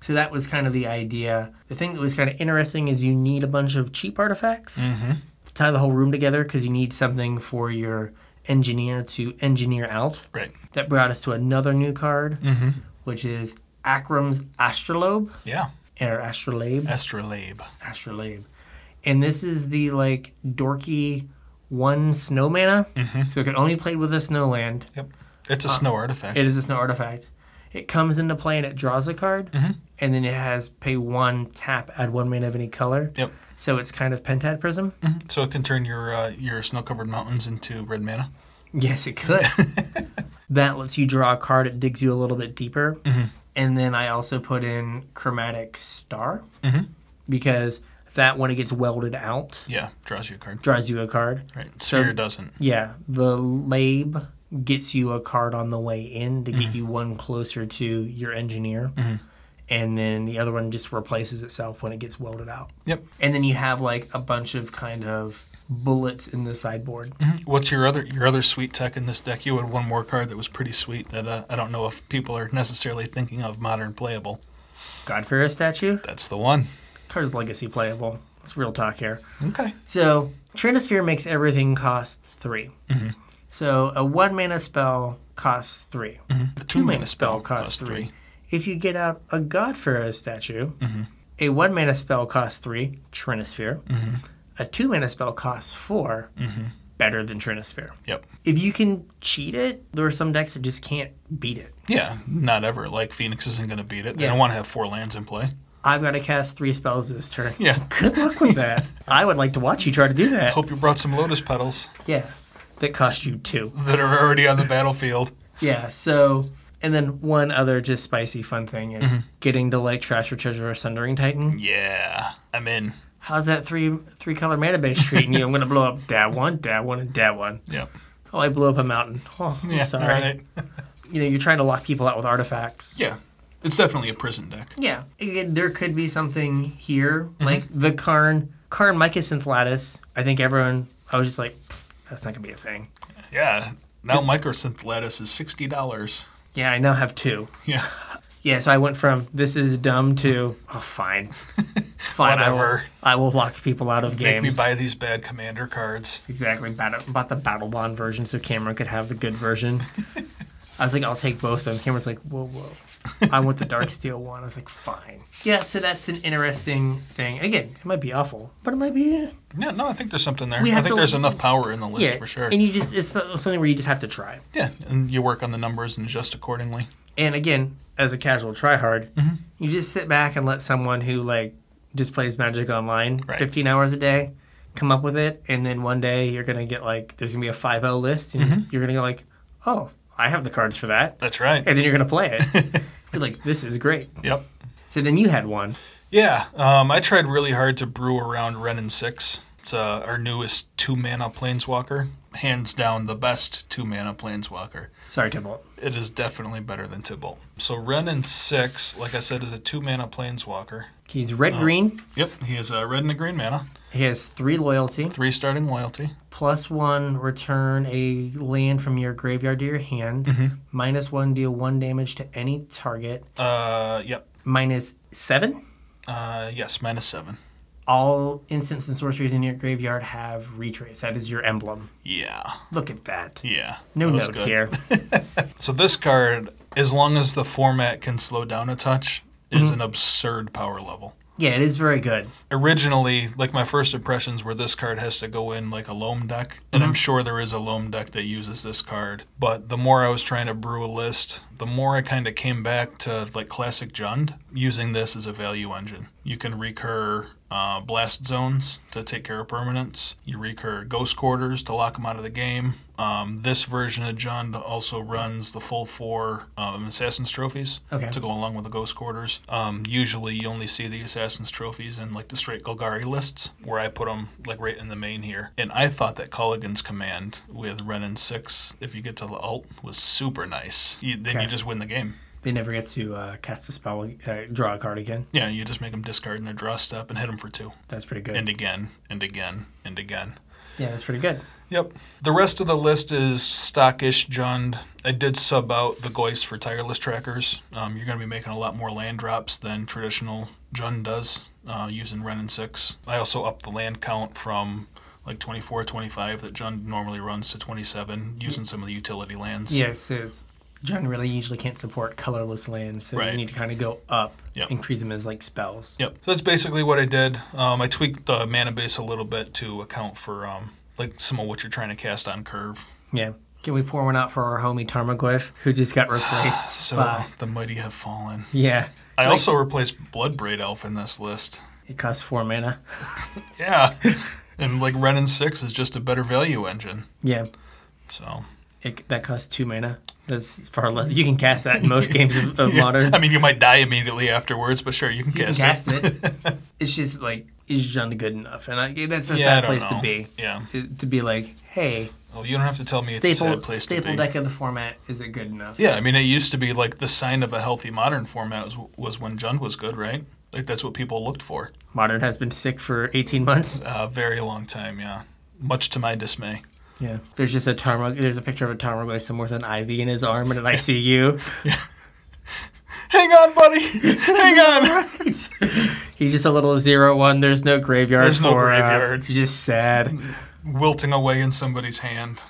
Speaker 1: So, that was kind of the idea. The thing that was kind of interesting is you need a bunch of cheap artifacts to tie the whole room together because you need something for your engineer to engineer out.
Speaker 2: Right.
Speaker 1: That brought us to another new card, which is Akram's Astrolabe,
Speaker 2: Yeah.
Speaker 1: or Astrolabe.
Speaker 2: Astrolabe.
Speaker 1: Astrolabe. And this is the like dorky one snow mana. So it can only be played with a snow land.
Speaker 2: Yep. It's a snow artifact.
Speaker 1: Uh, It is a snow artifact. It comes into play and it draws a card. And then it has pay one, tap, add one mana of any color.
Speaker 2: Yep.
Speaker 1: So it's kind of Pentad Prism.
Speaker 2: So it can turn your uh, your snow covered mountains into red mana.
Speaker 1: Yes, it could. that lets you draw a card. It digs you a little bit deeper. And then I also put in Chromatic Star because that, when it gets welded out,
Speaker 2: Yeah. Draws you a card.
Speaker 1: draws you a card.
Speaker 2: Right. Sphere doesn't.
Speaker 1: Yeah, the lab gets you a card on the way in to get you one closer to your engineer, and then the other one just replaces itself when it gets welded out.
Speaker 2: Yep.
Speaker 1: And then you have like a bunch of kind of bullets in the sideboard.
Speaker 2: What's your other your other sweet tech in this deck? You had one more card that was pretty sweet that uh, I don't know if people are necessarily thinking of modern playable.
Speaker 1: Godfrey statue,
Speaker 2: That's the one.
Speaker 1: card's legacy playable. It's real talk here.
Speaker 2: Okay.
Speaker 1: So Trinisphere makes everything cost 3 So a one mana spell costs 3
Speaker 2: A Hmm? two mana spell
Speaker 1: costs
Speaker 2: costs
Speaker 1: three.
Speaker 2: three.
Speaker 1: If you get out a God Pharaoh statue, a one mana spell costs three, Trinisphere. A two mana spell costs 4 better than Trinisphere.
Speaker 2: Yep.
Speaker 1: If you can cheat it, there are some decks that just can't beat it.
Speaker 2: Yeah, not ever. Like Phoenix isn't going to beat it. They
Speaker 1: Yeah.
Speaker 2: don't want to have four lands in play.
Speaker 1: I've got to cast three spells this turn.
Speaker 2: Yeah.
Speaker 1: Good luck with that. I would like to watch you try to do that.
Speaker 2: Hope you brought some lotus petals
Speaker 1: Yeah. That cost you two.
Speaker 2: that are already on the battlefield.
Speaker 1: Yeah, so and then one other just spicy fun thing is getting to like Trash or Treasure or Sundering Titan.
Speaker 2: Yeah, I'm in.
Speaker 1: How's that three three color mana base treating you? I'm gonna blow up that one, that one, and that one.
Speaker 2: Yep.
Speaker 1: Oh, I blew up a mountain. Oh, I'm
Speaker 2: Yeah.
Speaker 1: sorry.
Speaker 2: right.
Speaker 1: You know, you're trying to lock people out with artifacts.
Speaker 2: Yeah, it's definitely a prison deck.
Speaker 1: Yeah, Again, there could be something here,
Speaker 2: Mm-hmm.
Speaker 1: like the Karn, Karn Mycosynth Lattice. I think everyone, I was just like, "Pfft, that's not gonna be a thing.
Speaker 2: Yeah. Now microsynth lettuce is sixty dollars.
Speaker 1: Yeah, I now have two.
Speaker 2: Yeah.
Speaker 1: Yeah, so I went from this is dumb to oh,
Speaker 2: (laughs)
Speaker 1: fine, fine, I will-
Speaker 2: Whatever.
Speaker 1: I will, lock people out of
Speaker 2: Make
Speaker 1: games.
Speaker 2: me buy these bad commander cards.
Speaker 1: Exactly. Battle, bought the Battle Bond version so Cameron could have the good version. I was like, I'll take both of them. Cameron's like, whoa, whoa. I want the dark steel one. I was like, fine. Yeah, so that's an interesting thing. Again, it might be awful, but it might be.
Speaker 2: Yeah, no, I think there's something there.
Speaker 1: We
Speaker 2: I
Speaker 1: have
Speaker 2: think
Speaker 1: to-
Speaker 2: there's enough power in the list
Speaker 1: yeah,
Speaker 2: for sure.
Speaker 1: And you just, it's so- something where you just have to try.
Speaker 2: yeah, and you work on the numbers and adjust accordingly.
Speaker 1: And again, as a casual tryhard,
Speaker 2: Mm-hmm.
Speaker 1: you just sit back and let someone who, like, just plays Magic Online
Speaker 2: Right.
Speaker 1: 15 hours a day come up with it. And then one day you're going to get, like, there's going to be a 5 0 list. And
Speaker 2: Mm-hmm.
Speaker 1: you're going to go, like, oh, I have the cards for that.
Speaker 2: That's right.
Speaker 1: And then you're going to play it.
Speaker 2: (laughs)
Speaker 1: you're like, this is great.
Speaker 2: Yep.
Speaker 1: So then you had one.
Speaker 2: Yeah, um, I tried really hard to brew around Renin 6. It's uh, our newest two mana planeswalker. Hands down, the best two mana planeswalker.
Speaker 1: Sorry, Tybalt.
Speaker 2: It is definitely better than Tibalt. So Renin 6, like I said, is a two mana planeswalker.
Speaker 1: He's red
Speaker 2: Oh.
Speaker 1: green.
Speaker 2: Yep, he is a red and a green mana,
Speaker 1: He has three loyalty,
Speaker 2: three starting loyalty.
Speaker 1: plus one return a land from your graveyard to your hand,
Speaker 2: Mm-hmm.
Speaker 1: minus one deal one damage to any target,
Speaker 2: Uh, yep.
Speaker 1: minus seven.
Speaker 2: Uh, yes, minus seven.
Speaker 1: All instants and sorceries in your graveyard have retrace. That is your emblem.
Speaker 2: Yeah,
Speaker 1: Look at that.
Speaker 2: yeah.
Speaker 1: No
Speaker 2: that was
Speaker 1: notes
Speaker 2: good. (laughs)
Speaker 1: here.
Speaker 2: So this card, as long as the format can slow down a touch, is an absurd power level.
Speaker 1: yeah, it is very good.
Speaker 2: originally like my first impressions were this card has to go in like a loam deck and i'm sure there is a loam deck that uses this card but the more i was trying to brew a list the more i kind of came back to like classic jund using this as a value engine you can recur uh, blast zones to take care of permanents you recur ghost quarters to lock them out of the game um, this version of jund also runs the full four um, assassin's trophies
Speaker 1: Okay.
Speaker 2: to go along with the ghost quarters. Um, usually, you only see the assassin's trophies in like the straight Golgari lists, where I put them like right in the main here. And I thought that Culligan's command with Renin six, if you get to the alt, was super nice. You, then you
Speaker 1: Okay.
Speaker 2: just win the game.
Speaker 1: They never get to uh, cast a spell, uh, draw a card again.
Speaker 2: Yeah, you just make them discard in their draw step and hit them for two,
Speaker 1: That's pretty good.
Speaker 2: and again, and again, and again.
Speaker 1: yeah, that's pretty good.
Speaker 2: Yep. The rest of the list is stockish Jund. I did sub out the Goist for tireless trackers. Um, you're going to be making a lot more land drops than traditional Jund does uh, using Renin 6. I also upped the land count from like 24, 25 that Jund normally runs to 27 using some of the utility lands.
Speaker 1: Yeah, it says John really usually can't support colorless lands, so
Speaker 2: Right.
Speaker 1: you need to kind of go up
Speaker 2: Yep.
Speaker 1: and treat them as like spells.
Speaker 2: Yep. So that's basically what I did. Um, I tweaked the mana base a little bit to account for um, like some of what you're trying to cast on curve.
Speaker 1: Yeah. Can we pour one out for our homie Tarmogoyf, who just got replaced?
Speaker 2: (sighs) So
Speaker 1: by,
Speaker 2: the mighty have fallen.
Speaker 1: yeah.
Speaker 2: I
Speaker 1: Like,
Speaker 2: also replaced Bloodbraid Elf in this list.
Speaker 1: It costs four mana.
Speaker 2: Yeah. (laughs) and like Renin 6 is just a better value engine.
Speaker 1: Yeah.
Speaker 2: So,
Speaker 1: It, that costs two mana. That's far less. You can cast that in most games of,
Speaker 2: (laughs)
Speaker 1: of modern.
Speaker 2: I mean, you might die immediately afterwards, but sure, you can
Speaker 1: You can
Speaker 2: cast,
Speaker 1: cast
Speaker 2: it.
Speaker 1: it.
Speaker 2: (laughs)
Speaker 1: it's just like, is John good enough? And I, that's a
Speaker 2: Yeah, I
Speaker 1: sad
Speaker 2: don't
Speaker 1: place
Speaker 2: know.
Speaker 1: to be.
Speaker 2: Yeah.
Speaker 1: It- To be like, hey,
Speaker 2: Well, you don't have to tell me it's a
Speaker 1: staple,
Speaker 2: sad place to
Speaker 1: staple
Speaker 2: be.
Speaker 1: deck of the format, is it good enough?
Speaker 2: Yeah, I mean, it used to be like the sign of a healthy modern format was, was when Jund was good, right? Like that's what people looked for.
Speaker 1: Modern has been sick for 18 months.
Speaker 2: A very long time, yeah. Much to my dismay.
Speaker 1: Yeah. There's just a Tarmog. There's a picture of a Tarmog somewhere with an IV in his arm and
Speaker 2: (laughs)
Speaker 1: an ICU.
Speaker 2: Hang on, buddy. (laughs) Hang on.
Speaker 1: (laughs) He's just a little zero one. There's no graveyard.
Speaker 2: There's no
Speaker 1: for, uh,
Speaker 2: graveyard.
Speaker 1: he's just
Speaker 2: (laughs)
Speaker 1: sad.
Speaker 2: Wilting away in somebody's hand.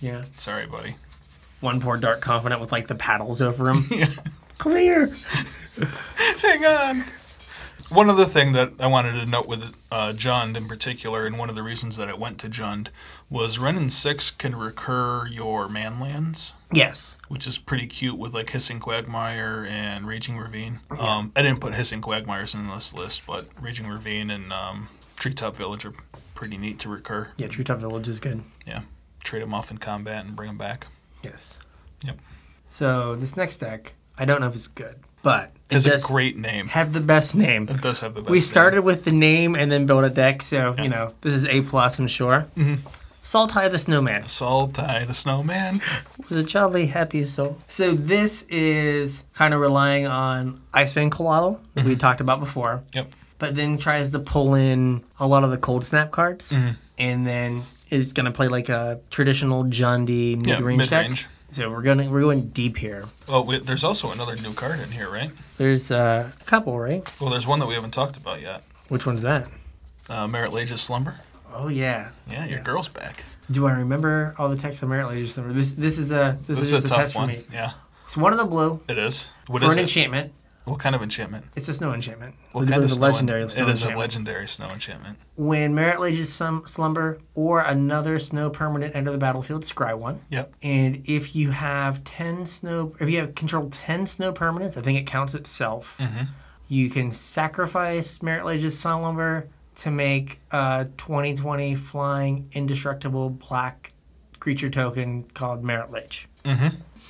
Speaker 1: Yeah.
Speaker 2: Sorry, buddy. (laughs)
Speaker 1: One poor dark confidant with like the paddles over him. Clear.
Speaker 2: Hang on. One other thing that I wanted to note with uh, Jund in particular, and one of the reasons that I went to Jund, was Renin 6 can recur your manlands,
Speaker 1: Yes.
Speaker 2: which is pretty cute with like Hissing Quagmire and Raging Ravine. Um, I didn't put Hissing Quagmires in this list, but Raging Ravine and um, Treetop Village are pretty neat to recur.
Speaker 1: Yeah. Treetop Village is good.
Speaker 2: Yeah. Trade them off in combat and bring them back.
Speaker 1: Yes.
Speaker 2: Yep.
Speaker 1: So this next deck, I don't know if it's good, but it
Speaker 2: It's a
Speaker 1: does
Speaker 2: great name.
Speaker 1: have the best name.
Speaker 2: It does have the best
Speaker 1: We
Speaker 2: name.
Speaker 1: started with the name and then built a deck, so you know this is a plus. I'm sure. Mm-hmm. Saltai the Snowman.
Speaker 2: Saltai the Snowman.
Speaker 1: was a jolly happy soul. So this is kind of relying on Icewind Kolalo that
Speaker 2: Mm-hmm.
Speaker 1: we talked about before,
Speaker 2: Yep.
Speaker 1: but then tries to pull in a lot of the cold snap cards,
Speaker 2: Mm-hmm.
Speaker 1: and then is going to play like a traditional Jundi mid
Speaker 2: Yeah,
Speaker 1: range deck.
Speaker 2: mid-range.
Speaker 1: So we're going we're going deep here.
Speaker 2: Oh, wait, there's also another new card in here, right?
Speaker 1: There's uh, a couple, right?
Speaker 2: Well, there's one that we haven't talked about yet.
Speaker 1: Which one's that?
Speaker 2: Uh, Merit Lage's Slumber.
Speaker 1: Oh yeah.
Speaker 2: Yeah, your girl's back.
Speaker 1: Do I remember all the texts I merit just remember This this is a this, is
Speaker 2: This
Speaker 1: just
Speaker 2: is
Speaker 1: a,
Speaker 2: a tough
Speaker 1: test
Speaker 2: one.
Speaker 1: for me.
Speaker 2: Yeah,
Speaker 1: It's one of the blue
Speaker 2: it is. What
Speaker 1: for
Speaker 2: is
Speaker 1: an
Speaker 2: it?
Speaker 1: enchantment.
Speaker 2: What kind of enchantment?
Speaker 1: It's a snow enchantment.
Speaker 2: What
Speaker 1: I
Speaker 2: kind
Speaker 1: believe
Speaker 2: of
Speaker 1: a
Speaker 2: snow
Speaker 1: legendary
Speaker 2: en-
Speaker 1: snow
Speaker 2: It is a
Speaker 1: enchantment.
Speaker 2: legendary snow enchantment.
Speaker 1: When Merit Lages some slumber or another snow permanent enter the battlefield, scry one.
Speaker 2: Yep.
Speaker 1: And if you have ten snow, if you have control ten snow permanents, I think it counts itself.
Speaker 2: Mm-hmm.
Speaker 1: You can sacrifice Merit Lages slumber to make a 2020 flying indestructible black creature token called Merit Lage.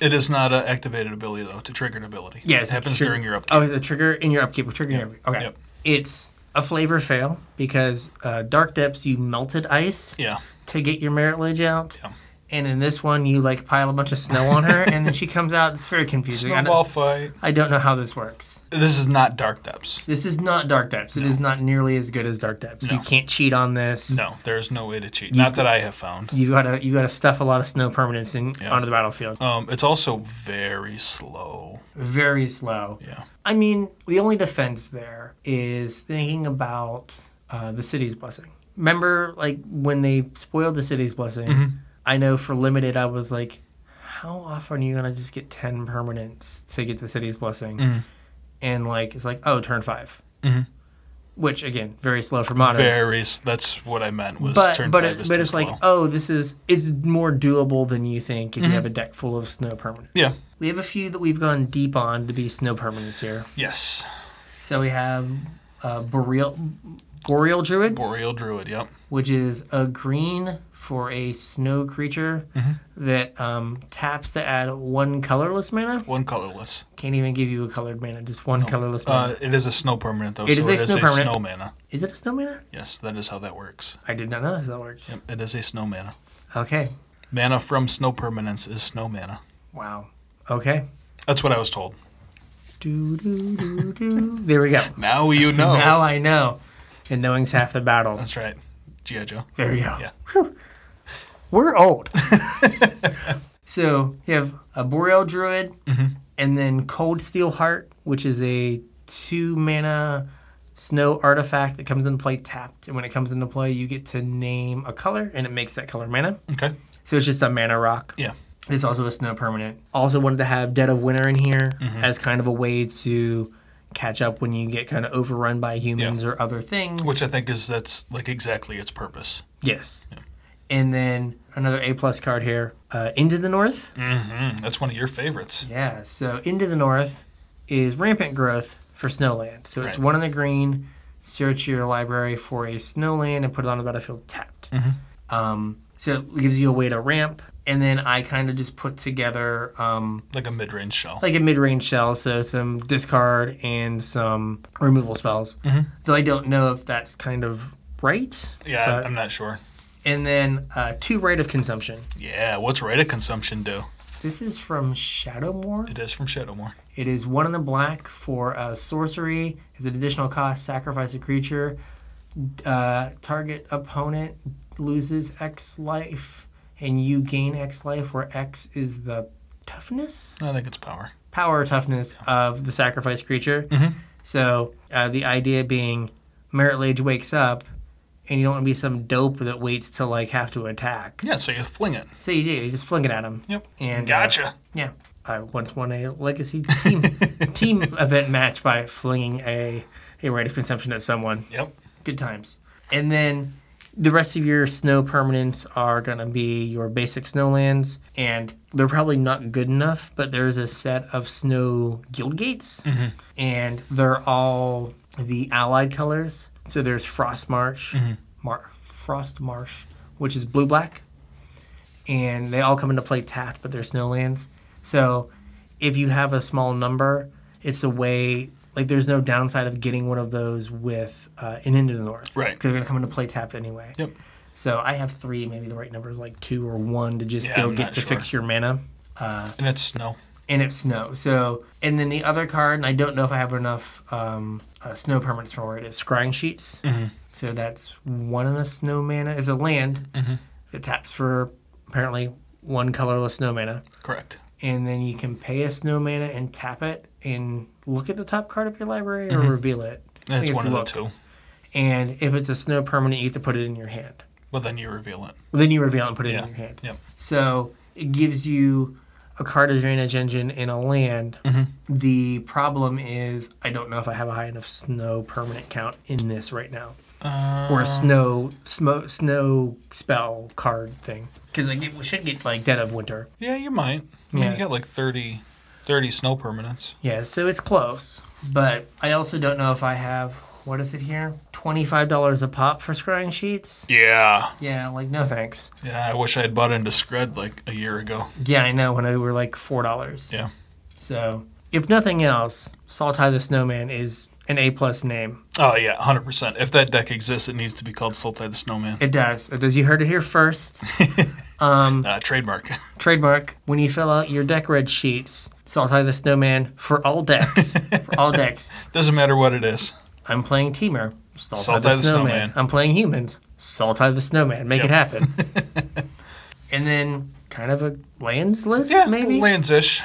Speaker 2: It is not an activated ability though. It's a triggered ability.
Speaker 1: Yeah,
Speaker 2: it
Speaker 1: it's a
Speaker 2: happens
Speaker 1: trigger-
Speaker 2: during your upkeep.
Speaker 1: Oh, it's a trigger in your upkeep. Trigger in your upkeep. Okay.
Speaker 2: Yep.
Speaker 1: It's a flavor fail because uh, Dark Depths, you melted ice
Speaker 2: Yeah,
Speaker 1: to get your merit ledge out.
Speaker 2: Yeah.
Speaker 1: And in this one, you like pile a bunch of snow on her, and then she comes out. It's very confusing. I
Speaker 2: snowball
Speaker 1: don't,
Speaker 2: fight.
Speaker 1: I don't know how this works.
Speaker 2: This is not dark depths.
Speaker 1: This is not Dark Depths. It is not nearly as good as Dark Depths. You
Speaker 2: No.
Speaker 1: can't cheat on this.
Speaker 2: No, there is no way to cheat. Not that I have found.
Speaker 1: You gotta you gotta stuff a lot of snow permanents in, onto the battlefield.
Speaker 2: Um, it's also very slow.
Speaker 1: Very slow.
Speaker 2: Yeah.
Speaker 1: I mean, the only defense there is thinking about uh, the city's blessing. Remember, like when they spoiled the city's blessing.
Speaker 2: Mm-hmm.
Speaker 1: I know for limited, I was like, "How often are you gonna just get ten permanents to get the city's blessing?"
Speaker 2: Mm-hmm.
Speaker 1: And like, it's like, "Oh, turn 5 which again, very slow for modern.
Speaker 2: Very. s- That's what I meant was
Speaker 1: but
Speaker 2: turn
Speaker 1: but
Speaker 2: five
Speaker 1: it,
Speaker 2: is
Speaker 1: but
Speaker 2: too
Speaker 1: it's like,
Speaker 2: slow.
Speaker 1: oh, this is it's more doable than you think if you have a deck full of snow permanents.
Speaker 2: Mm-hmm. yeah.
Speaker 1: We have a few that we've gone deep on to be snow permanents here.
Speaker 2: Yes.
Speaker 1: So we have uh, Boreal, Boreal Druid,
Speaker 2: Boreal druid. Yep.
Speaker 1: which is a green for a snow creature
Speaker 2: Mm-hmm.
Speaker 1: that um, taps to add one colorless mana.
Speaker 2: One colorless.
Speaker 1: Can't even give you a colored mana, just one colorless mana.
Speaker 2: Uh, it is a snow permanent though.
Speaker 1: It
Speaker 2: so
Speaker 1: is a
Speaker 2: it is
Speaker 1: snow
Speaker 2: a
Speaker 1: permanent.
Speaker 2: snow mana.
Speaker 1: is it a snow mana?
Speaker 2: Yes, that is how that works.
Speaker 1: I did not know that's how that worked.
Speaker 2: Yep, it is a snow mana.
Speaker 1: Okay.
Speaker 2: Mana from snow permanence is snow mana.
Speaker 1: Wow. Okay.
Speaker 2: That's what I was told.
Speaker 1: Do, do, do, do. There we go.
Speaker 2: Now you know.
Speaker 1: Now I know. And knowing's half the battle.
Speaker 2: That's right. G.I. Joe.
Speaker 1: There we go.
Speaker 2: Yeah.
Speaker 1: Whew. We're
Speaker 2: (laughs)
Speaker 1: old. so you have a Boreal Druid
Speaker 2: Mm-hmm.
Speaker 1: and then Cold Steel Heart, which is a two mana snow artifact that comes into play tapped. And when it comes into play, you get to name a color and it makes that color mana.
Speaker 2: Okay.
Speaker 1: So it's just a mana rock.
Speaker 2: Yeah.
Speaker 1: It's also a snow permanent. Also wanted to have Dead of Winter in here
Speaker 2: Mm-hmm.
Speaker 1: as kind of a way to catch up when you get kind of overrun by humans or other things.
Speaker 2: Which I think is that's like exactly its purpose.
Speaker 1: Yes. And then another A plus card here. Uh, Into the North.
Speaker 2: Mm-hmm. That's one of your favorites.
Speaker 1: Yeah. So Into the North is rampant growth for Snowland. So it's
Speaker 2: Right.
Speaker 1: one in the green. Search your library for a Snowland and put it on the battlefield tapped. Um, so it gives you a way to ramp. And then I kind of just put together um,
Speaker 2: Like a mid range shell.
Speaker 1: like a mid range shell, so some discard and some removal spells. Though I don't know if that's kind of right.
Speaker 2: yeah,
Speaker 1: but-
Speaker 2: I'm not sure.
Speaker 1: and then uh, two rate of consumption.
Speaker 2: Yeah, what's rate of consumption do?
Speaker 1: This is from Shadowmoor.
Speaker 2: It is from Shadowmoor.
Speaker 1: It is one in the black for uh, sorcery. As an additional cost, sacrifice a creature. Uh, target opponent loses X life, and you gain X life, where X is the toughness,
Speaker 2: I think it's power.
Speaker 1: power or toughness of the sacrifice creature. So uh, the idea being, Merit Lage wakes up, and you don't want to be some dope that waits till like have to attack.
Speaker 2: Yeah, so you fling it.
Speaker 1: So you do. You just fling it at him.
Speaker 2: Yep.
Speaker 1: And, uh,
Speaker 2: gotcha.
Speaker 1: Yeah, I once won a legacy team team event match by flinging a a rate of consumption at someone.
Speaker 2: Yep.
Speaker 1: Good times. And then the rest of your snow permanents are gonna be your basic snowlands, and they're probably not good enough. But there's a set of snow guild gates, and they're all the allied colors. So there's frost marsh, mar- frost marsh, which is blue black and they all come into play tapped, but they're snowlands. So if you have a small number, it's a way like there's no downside of getting one of those with uh, an into the north,
Speaker 2: Right.
Speaker 1: Because they're gonna come into play tapped anyway.
Speaker 2: Yep.
Speaker 1: So I have three, maybe the right number is like two or one to just
Speaker 2: Yeah,
Speaker 1: go
Speaker 2: I'm
Speaker 1: get
Speaker 2: not
Speaker 1: to
Speaker 2: sure.
Speaker 1: fix your mana,
Speaker 2: And it's snow.
Speaker 1: and it's snow. So and then the other card, and I don't know if I have enough um, uh, snow permanents for it. Is scrying sheets.
Speaker 2: Mm-hmm.
Speaker 1: So that's one in a snow mana is a land
Speaker 2: Mm-hmm.
Speaker 1: that taps for apparently one colorless snow mana
Speaker 2: Correct.
Speaker 1: and then you can pay a snow mana and tap it and look at the top card of your library or reveal it. I think
Speaker 2: Mm-hmm. That's
Speaker 1: it's
Speaker 2: one of
Speaker 1: look.
Speaker 2: the two.
Speaker 1: And if it's a snow permanent, you get to put it in your hand.
Speaker 2: But then you reveal it.
Speaker 1: Well, then you reveal it and put it
Speaker 2: Yeah.
Speaker 1: in your hand.
Speaker 2: Yep.
Speaker 1: So it gives you a card advantage engine and a land. The problem is I don't know if I have a high enough snow permanent count in this right now,
Speaker 2: Uh,
Speaker 1: or a snow smo- snow spell card thing. Because we should get like Dead of Winter.
Speaker 2: yeah, you might. I mean,
Speaker 1: Yeah.
Speaker 2: You got like 30, 30 snow permanents.
Speaker 1: Yeah, so it's close, but I also don't know if I have what is it here? Twenty five dollars a pop for scrying sheets.
Speaker 2: Yeah.
Speaker 1: Yeah, like no thanks.
Speaker 2: Yeah, I wish I had bought into Scred like a year ago.
Speaker 1: Yeah, I know when I were like four dollars.
Speaker 2: Yeah.
Speaker 1: So, if nothing else, Saltai the Snowman is an A plus name.
Speaker 2: Oh, yeah, 100%. If that deck exists, it needs to be called Sultai the Snowman.
Speaker 1: It does. It does. You heard it here
Speaker 2: (laughs)
Speaker 1: first. um,
Speaker 2: Uh, trademark. (laughs)
Speaker 1: trademark. When you fill out your deck red sheets, Saltai the Snowman for all decks. for
Speaker 2: (laughs)
Speaker 1: all decks.
Speaker 2: Doesn't matter what it is.
Speaker 1: I'm playing Teamer. Saltai,
Speaker 2: Saltai
Speaker 1: the,
Speaker 2: the
Speaker 1: snowman.
Speaker 2: Snowman.
Speaker 1: I'm playing humans. Saltai the Snowman. Make it
Speaker 2: Yep.
Speaker 1: happen.
Speaker 2: (laughs)
Speaker 1: and then kind of a lands list,
Speaker 2: Yeah,
Speaker 1: maybe.
Speaker 2: lands ish.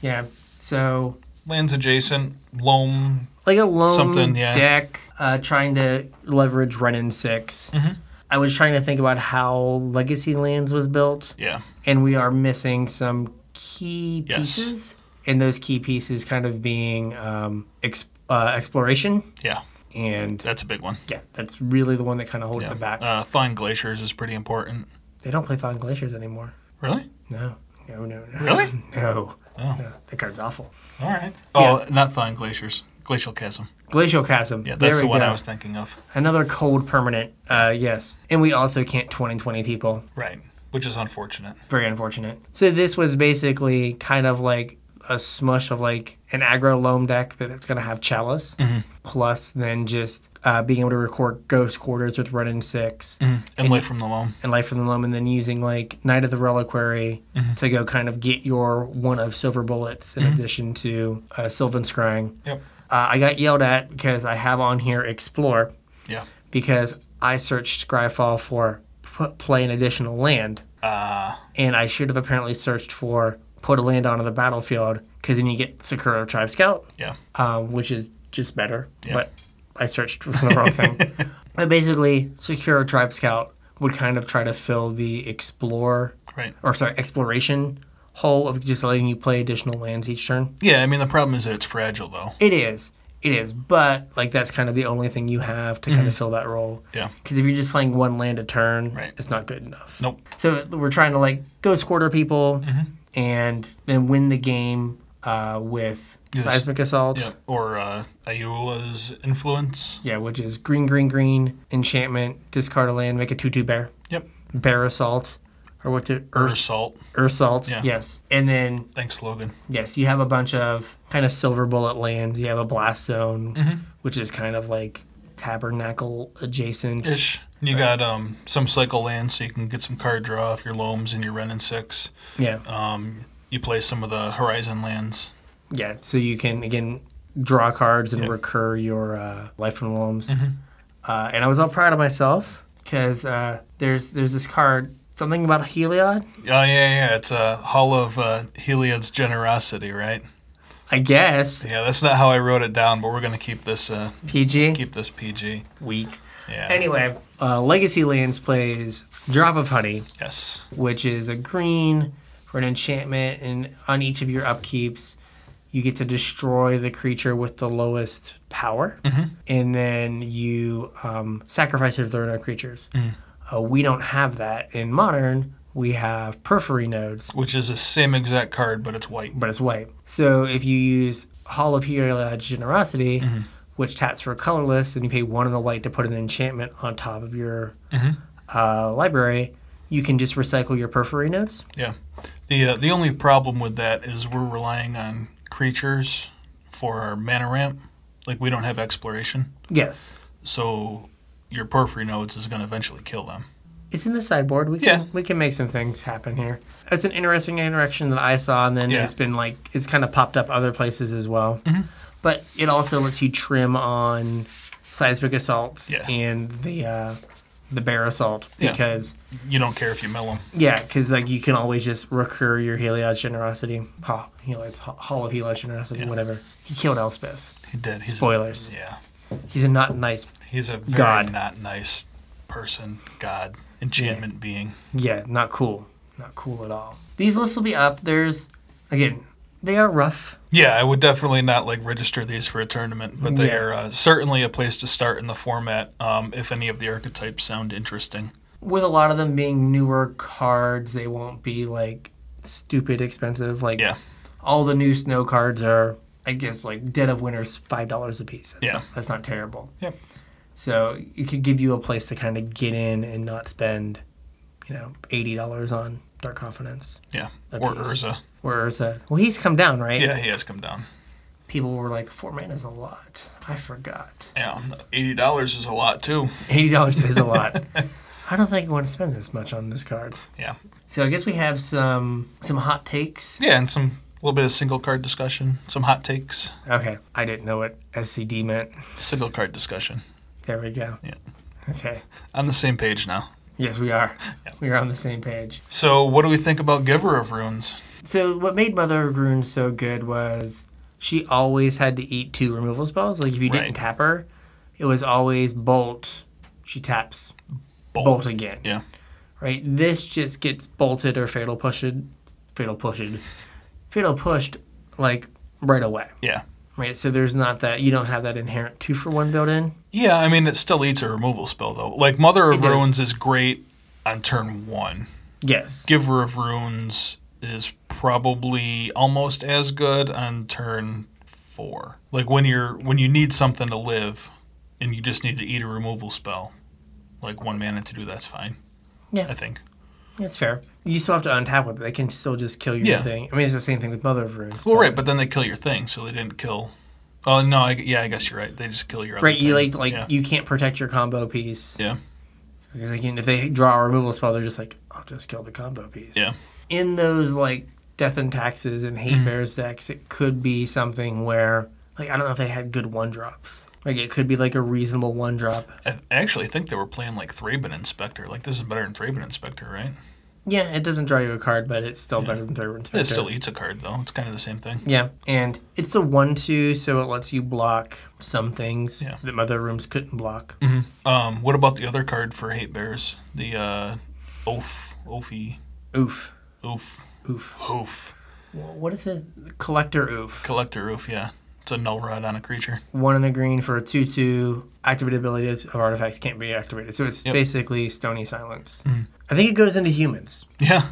Speaker 1: yeah. So
Speaker 2: Lands adjacent. Loam.
Speaker 1: like a lone
Speaker 2: Something, yeah.
Speaker 1: deck uh, trying to leverage Renin 6
Speaker 2: Mm-hmm.
Speaker 1: I was trying to think about how Legacy Lands was built,
Speaker 2: Yeah.
Speaker 1: and we are missing some key
Speaker 2: Yes.
Speaker 1: pieces, and those key pieces kind of being um, exp- uh, exploration,
Speaker 2: Yeah,
Speaker 1: and
Speaker 2: that's a big one.
Speaker 1: yeah, that's really the one that kind of holds
Speaker 2: Yeah.
Speaker 1: it back.
Speaker 2: Uh, thawing glaciers is pretty important.
Speaker 1: they don't play Thawing Glaciers anymore.
Speaker 2: Really?
Speaker 1: No, no, no, no.
Speaker 2: Really?
Speaker 1: No.
Speaker 2: Oh.
Speaker 1: no. That card's awful.
Speaker 2: All right. Oh,
Speaker 1: Yes.
Speaker 2: not thawing glaciers. Glacial chasm.
Speaker 1: Glacial Chasm.
Speaker 2: Yeah,
Speaker 1: there
Speaker 2: that's
Speaker 1: we
Speaker 2: the one
Speaker 1: go.
Speaker 2: I was thinking of.
Speaker 1: Another cold permanent. Uh, yes, and we also can't 2020 people.
Speaker 2: Right, which is unfortunate.
Speaker 1: very unfortunate. So this was basically kind of like a smush of like an aggro loam deck that- that's going to have chalice, plus then just uh, being able to record ghost quarters with run in 6
Speaker 2: And life from the loam.
Speaker 1: and life from the loam, and then using like Knight of the Reliquary to go kind of get your one of silver bullets in addition to uh, Sylvan Scrying.
Speaker 2: Yep.
Speaker 1: Uh, I got yelled at because I have on here explore
Speaker 2: Yeah.
Speaker 1: because I searched Scryfall for p- play an additional land
Speaker 2: Uh,
Speaker 1: and I should have apparently searched for put a land onto the battlefield because then you get Sakura Tribe Scout,
Speaker 2: yeah.
Speaker 1: um, which is just better.
Speaker 2: Yeah.
Speaker 1: But I searched for the wrong
Speaker 2: (laughs)
Speaker 1: thing. But basically, Sakura Tribe Scout would kind of try to fill the explore
Speaker 2: Right.
Speaker 1: or sorry exploration hole of just letting you play additional lands each turn.
Speaker 2: Yeah, I mean, the problem is that it's fragile, though.
Speaker 1: It is. It is, but like that's kind of the only thing you have to kind of fill that role.
Speaker 2: Mm-hmm. Yeah.
Speaker 1: Because if you're just playing one land a turn,
Speaker 2: Right.
Speaker 1: it's not good enough.
Speaker 2: Nope.
Speaker 1: So we're trying to like ghost quarter people
Speaker 2: Mm-hmm.
Speaker 1: and then win the game uh, with
Speaker 2: Yes.
Speaker 1: seismic assault.
Speaker 2: Yeah. Or uh, Ayula's influence.
Speaker 1: Yeah, which is green, green, green, enchantment, discard a land, make a two-two bear,
Speaker 2: Yep.
Speaker 1: bear assault, or what the
Speaker 2: Or
Speaker 1: earth
Speaker 2: salt.
Speaker 1: earth assault.
Speaker 2: Yeah.
Speaker 1: Yes, and then
Speaker 2: Thanks, Logan.
Speaker 1: yes, you have a bunch of kind of silver bullet lands. You have a blast zone,
Speaker 2: Mm-hmm.
Speaker 1: which is kind of like tabernacle adjacent.
Speaker 2: Ish. You got um, some cycle land, so you can get some card draw if your loams and your Renin six.
Speaker 1: Yeah,
Speaker 2: Um, you play some of the horizon lands.
Speaker 1: yeah. So you can again draw cards and recur your uh, life from the loams. Uh, and I was all proud of myself because uh, there's there's this card something about Heliod.
Speaker 2: Oh yeah, yeah. It's a Hall of uh, Heliod's generosity, right?
Speaker 1: I guess
Speaker 2: Yeah, that's not how I wrote it down, but we're gonna keep this uh,
Speaker 1: PG
Speaker 2: keep this PG.
Speaker 1: weak.
Speaker 2: Yeah.
Speaker 1: Anyway, uh, Legacy Lands plays Drop of Honey,
Speaker 2: Yes.
Speaker 1: which is a green for an enchantment, and on each of your upkeeps, you get to destroy the creature with the lowest power, and then you um, sacrifice it if there are no creatures. Uh, we don't have that in modern. We have periphery nodes,
Speaker 2: Which is the same exact card, but it's white.
Speaker 1: but it's white. So if you use Hall of Heliod's Generosity, which taps for colorless, and you pay one in the white to put an enchantment on top of your uh, library, you can just recycle your periphery nodes.
Speaker 2: Yeah. The uh, the only problem with that is we're relying on creatures for our mana ramp. Like we don't have exploration,
Speaker 1: Yes.
Speaker 2: so your porphyry nodes is gonna eventually kill them.
Speaker 1: It's in the sideboard. We can
Speaker 2: Yeah.
Speaker 1: we can make some things happen here. That's an interesting interaction that I saw, and then
Speaker 2: Yeah. Mm-hmm.
Speaker 1: it's been like it's kind of popped up other places as well. But it also lets you trim on seismic assaults
Speaker 2: Yeah.
Speaker 1: and the uh, the bear assault
Speaker 2: Yeah.
Speaker 1: because
Speaker 2: You don't care if you mill them.
Speaker 1: yeah, because like you can always just recur your Heliod's generosity, ha, Heliod's Hall of Heliod's generosity, whatever. He killed Elspeth.
Speaker 2: He did. He's
Speaker 1: Spoilers.
Speaker 2: yeah.
Speaker 1: He's a not nice
Speaker 2: He's a very
Speaker 1: God.
Speaker 2: not nice person. God. enchantment being.
Speaker 1: Yeah, not cool. Not cool at all. These lists will be up. There's, again, they are rough.
Speaker 2: Yeah, I would definitely not like register these for a tournament, but they
Speaker 1: Yeah.
Speaker 2: are uh, certainly a place to start in the format um, if any of the archetypes sound interesting.
Speaker 1: With a lot of them being newer cards, they won't be like stupid expensive. Like
Speaker 2: Yeah.
Speaker 1: all the new snow cards are, I guess, like Dead of Winter's five dollars a piece. That's
Speaker 2: Yeah.
Speaker 1: not, that's not terrible.
Speaker 2: Yep.
Speaker 1: So it could give you a place to kind of get in and not spend, you know, eighty dollars on Dark Confidence
Speaker 2: Yeah,
Speaker 1: A
Speaker 2: or
Speaker 1: piece.
Speaker 2: Urza.
Speaker 1: or Urza. Well, he's come down, right?
Speaker 2: Yeah, he has come down.
Speaker 1: People were like, four mana's a lot. I forgot.
Speaker 2: Yeah, eighty dollars is a lot too.
Speaker 1: Eighty dollars is a
Speaker 2: (laughs)
Speaker 1: lot. I don't think I want to spend this much on this card.
Speaker 2: Yeah,
Speaker 1: So I guess we have some some hot takes.
Speaker 2: yeah, and some little bit of single card discussion, some hot takes,
Speaker 1: Okay, I didn't know what SCD meant.
Speaker 2: single card discussion.
Speaker 1: There we go.
Speaker 2: Yeah.
Speaker 1: Okay.
Speaker 2: On the same page now.
Speaker 1: Yes, we are. We are on the same page.
Speaker 2: So, what do we think about Giver of Runes?
Speaker 1: So what made Mother of Rune so good was she always had to eat two removal spells. Like if you
Speaker 2: Right.
Speaker 1: didn't tap her, it was always bolt. She taps bolt, again.
Speaker 2: Yeah.
Speaker 1: Right. This just gets bolted or fatal pushed, fatal pushed, fatal pushed like right away.
Speaker 2: Yeah.
Speaker 1: Right. So there's not that you don't have that inherent two for one built in.
Speaker 2: Yeah, I mean it still eats a removal spell though. Like Mother
Speaker 1: It
Speaker 2: of
Speaker 1: does.
Speaker 2: Runes is great on turn one.
Speaker 1: Yes.
Speaker 2: Giver of Runes is probably almost as good on turn four. Like when you're when you need something to live, and you just need to eat a removal spell, like one mana to do that's fine.
Speaker 1: Yeah.
Speaker 2: I think.
Speaker 1: That's fair. You still have to untap with it. They can still just kill your
Speaker 2: Yeah.
Speaker 1: thing. I mean, it's the same thing with Mother of Runes.
Speaker 2: Well, right, but then they kill your thing, so they didn't kill. Oh no, I, yeah, I guess you're right. They just kill your other
Speaker 1: Right, you
Speaker 2: thing.
Speaker 1: like like
Speaker 2: yeah.
Speaker 1: you can't protect your combo piece.
Speaker 2: Yeah.
Speaker 1: They can, if they draw a removal spell, they're just like, I'll just kill the combo piece.
Speaker 2: Yeah. Hmm.
Speaker 1: In those like death and taxes and hate bears decks, it could be something where like I don't know if they had good one drops. Like it could be like a reasonable one drop.
Speaker 2: I th- actually think they were playing like Thraben Inspector. Like this is better than Thraben Inspector, right?
Speaker 1: Yeah, it doesn't draw you a card, but it's still better than third one.
Speaker 2: It still eats a card though. It's kind of the same thing.
Speaker 1: Yeah, and it's a one-two, so it lets you block some things
Speaker 2: Yeah.
Speaker 1: that Mother Rooms couldn't block.
Speaker 2: Um, what about the other card for Hate Bears? The uh, Oaf, Oafy,
Speaker 1: Oof,
Speaker 2: Oof,
Speaker 1: oof.
Speaker 2: Oof,
Speaker 1: Wh- What is it? Collector oof.
Speaker 2: Collector Oof. Yeah, it's a null rod on a creature. (laughs)
Speaker 1: one and a green for a 2 2. Activated abilities of artifacts can't be activated. So it's
Speaker 2: Yep. Hmm.
Speaker 1: basically Stony Silence. I think it goes into humans,
Speaker 2: Yeah,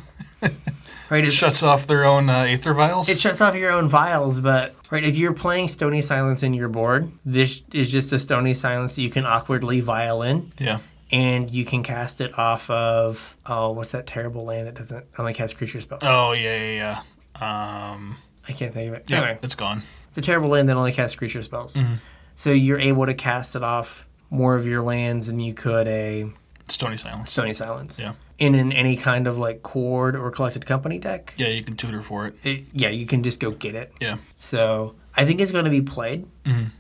Speaker 1: right?
Speaker 2: it
Speaker 1: It's,
Speaker 2: shuts off their own uh, Aether Vials.
Speaker 1: it shuts off your own vials, but right if you're playing Stony Silence in your board, this is just a Stony Silence that you can awkwardly vial in,
Speaker 2: yeah,
Speaker 1: and you can cast it off of oh, what's that terrible land that doesn't only cast creature spells?
Speaker 2: oh yeah, yeah, yeah. Um,
Speaker 1: I can't think of it.
Speaker 2: yeah, Mm-hmm.
Speaker 1: Anyway,
Speaker 2: it's gone.
Speaker 1: the terrible land that only casts creature spells. So you're able to cast it off more of your lands than you could a
Speaker 2: Stony Silence.
Speaker 1: Stony Silence.
Speaker 2: Yeah.
Speaker 1: And in any kind of like Cord or Collected Company deck,
Speaker 2: Yeah, you can tutor for it.
Speaker 1: it, yeah, you can just go get it.
Speaker 2: Yeah,
Speaker 1: So I think it's going to be played. Um,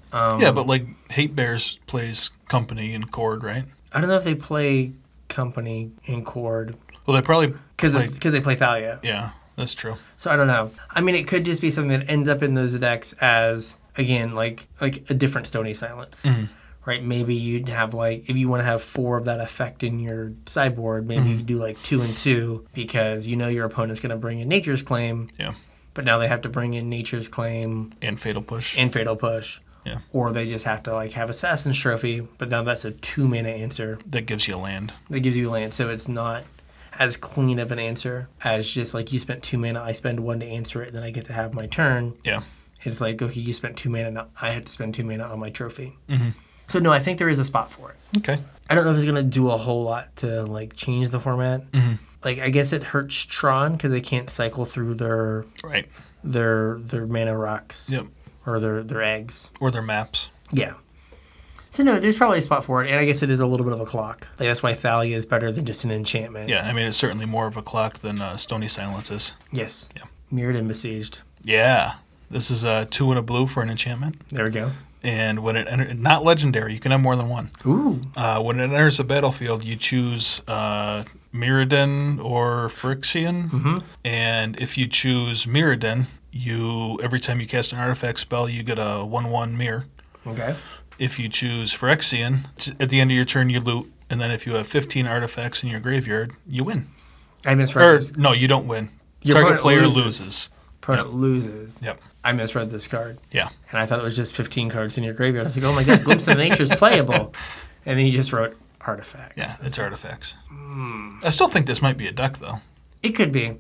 Speaker 2: yeah, but like Hate Bears plays Company and Cord, right?
Speaker 1: I don't know if they play Company in Cord
Speaker 2: Well, they probably
Speaker 1: because
Speaker 2: Like-
Speaker 1: because they play Thalia.
Speaker 2: yeah, that's true.
Speaker 1: So I don't know. I mean, it could just be something that ends up in those decks as again like like a different Stony Silence.
Speaker 2: Mm-hmm.
Speaker 1: Right, maybe you'd have like if you want to have four of that effect in your sideboard,
Speaker 2: Mm-hmm.
Speaker 1: maybe you do like two and two because you know your opponent's going to bring in Nature's Claim,
Speaker 2: Yeah,
Speaker 1: but now they have to bring in Nature's Claim
Speaker 2: and Fatal Push.
Speaker 1: and Fatal Push.
Speaker 2: Yeah.
Speaker 1: Or they just have to like have Assassin's Trophy, but now that's a two mana answer
Speaker 2: that gives you land.
Speaker 1: that gives you land, so it's not as clean of an answer as just like you spent two mana, I spend one to answer it, and then I get to have my turn.
Speaker 2: Yeah,
Speaker 1: It's like okay, you spent two mana, now I have to spend two mana on my trophy. Mm-hmm. So no, I think there is a spot for it.
Speaker 2: okay.
Speaker 1: I don't know if it's gonna do a whole lot to like change the format. Like I guess it hurts Tron because they can't cycle through their
Speaker 2: Right.
Speaker 1: their their mana rocks
Speaker 2: Yep.
Speaker 1: or their their eggs.
Speaker 2: Or their maps.
Speaker 1: Yeah. So no, there's probably a spot for it, and I guess it is a little bit of a clock. Like that's why Thalia is better than just an enchantment.
Speaker 2: Yeah, I mean it's certainly more of a clock than uh, Stony Silence is.
Speaker 1: Yes.
Speaker 2: Yeah.
Speaker 1: Mirrored and besieged.
Speaker 2: Yeah, this is a two and a blue for an enchantment,
Speaker 1: There we go.
Speaker 2: and when it enter- not legendary, you can have more than one.
Speaker 1: Ooh.
Speaker 2: Uh, when it enters the battlefield, you choose uh, Mirrodin or Phyrexian,
Speaker 1: Mm-hmm.
Speaker 2: and if you choose Mirrodin, you every time you cast an artifact spell, you get a one-one mirror.
Speaker 1: Okay.
Speaker 2: If you choose Phyrexian, t- at the end of your turn, you loot And then if you have 15 artifacts in your graveyard, you win.
Speaker 1: I misread
Speaker 2: Or
Speaker 1: this.
Speaker 2: no, you don't win.
Speaker 1: Your
Speaker 2: Target
Speaker 1: opponent
Speaker 2: player
Speaker 1: loses.
Speaker 2: loses.
Speaker 1: Opponent loses.
Speaker 2: Yep.
Speaker 1: I misread this card.
Speaker 2: Yeah.
Speaker 1: And I thought it was just 15 cards in your graveyard. I was like, oh my God, Glimpse of Nature is
Speaker 2: (laughs)
Speaker 1: playable. And then you just wrote artifact.
Speaker 2: Yeah, it's artifacts.
Speaker 1: Hmm.
Speaker 2: I still think this might be a duck, though.
Speaker 1: It could be.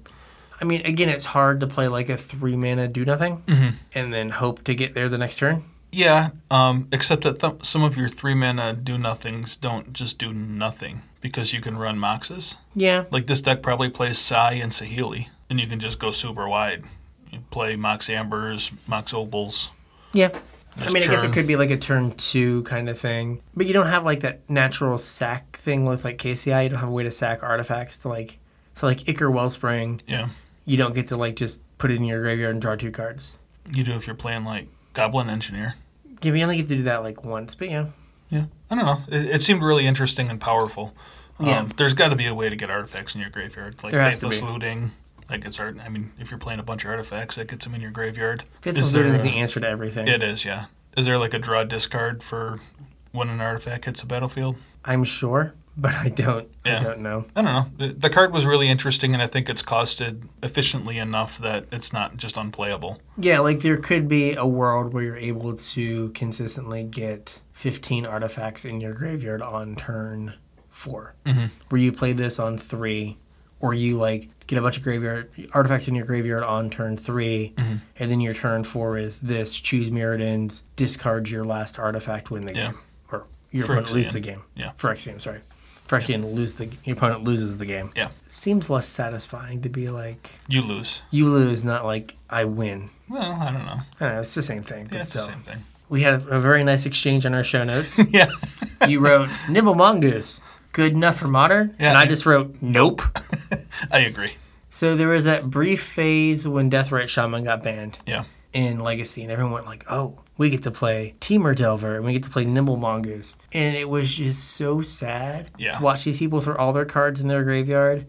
Speaker 1: I mean, again, it's hard to play like a three mana do nothing
Speaker 2: Mm-hmm.
Speaker 1: and then hope to get there the next turn.
Speaker 2: Yeah, um, except that th- some of your three mana do nothings don't just do nothing because you can run Moxes.
Speaker 1: Yeah.
Speaker 2: Like this deck probably plays Sai and Sahili, and you can just go super wide. You play Mox Ambers, Mox Opals.
Speaker 1: Yeah. I
Speaker 2: Just
Speaker 1: mean, I guess it
Speaker 2: churn.
Speaker 1: could be like a turn two kind of thing, but you don't have like that natural sack thing with like KCI. You don't have a way to sack artifacts to like, so like Icar Wellspring,
Speaker 2: Yeah,
Speaker 1: you don't get to like just put it in your graveyard and draw two cards.
Speaker 2: you do if you're playing like Goblin Engineer.
Speaker 1: Yeah, we only get to do that like once, but yeah.
Speaker 2: Yeah, I don't know. It, it seemed really interesting and powerful. Um,
Speaker 1: Yeah.
Speaker 2: There's got to be a way to get artifacts in your graveyard, like
Speaker 1: There has to
Speaker 2: Faithless
Speaker 1: be.
Speaker 2: Looting. That gets art. I mean, if you're playing a bunch of artifacts, that gets them in your graveyard.
Speaker 1: Faithless
Speaker 2: there
Speaker 1: Looting is
Speaker 2: a-
Speaker 1: the answer to everything.
Speaker 2: It is, yeah. Is there like a draw discard for when an artifact hits the battlefield?
Speaker 1: I'm sure, but I don't.
Speaker 2: Yeah.
Speaker 1: I don't know.
Speaker 2: I don't know. The- The card was really interesting, and I think it's costed efficiently enough that it's not just unplayable.
Speaker 1: Yeah, like there could be a world where you're able to consistently get 15 artifacts in your graveyard on turn 4
Speaker 2: Mm-hmm.
Speaker 1: where you play this on three, or you like get a bunch of graveyard artifacts in your graveyard on turn 3
Speaker 2: Mm-hmm.
Speaker 1: and then your turn four is this: choose Mirrodin's, discard your last artifact, win the
Speaker 2: Yeah.
Speaker 1: game, or your opponent loses
Speaker 2: Phyrexian.
Speaker 1: the game.
Speaker 2: Yeah.
Speaker 1: Phyrexian, sorry. Phyrexian lose the your opponent loses the game.
Speaker 2: Yeah.
Speaker 1: Seems less satisfying to be like
Speaker 2: You lose.
Speaker 1: you lose, not like I win.
Speaker 2: Well, I don't know.
Speaker 1: I don't know, it's the same thing. But
Speaker 2: Yeah, it's
Speaker 1: still.
Speaker 2: the same thing. (laughs)
Speaker 1: We had a very nice exchange on our show notes.
Speaker 2: Yeah. (laughs)
Speaker 1: you wrote (laughs) Nibble Mongoose, good enough for modern,
Speaker 2: Yeah.
Speaker 1: and I just wrote nope.
Speaker 2: I agree.
Speaker 1: so there was that brief phase when Deathrite Shaman got banned
Speaker 2: Yeah.
Speaker 1: in Legacy, and everyone went like, "Oh, we get to play Teamer Delver, and we get to play Nimble Mongoose," and it was just so sad
Speaker 2: Yeah.
Speaker 1: to watch these people throw all their cards in their graveyard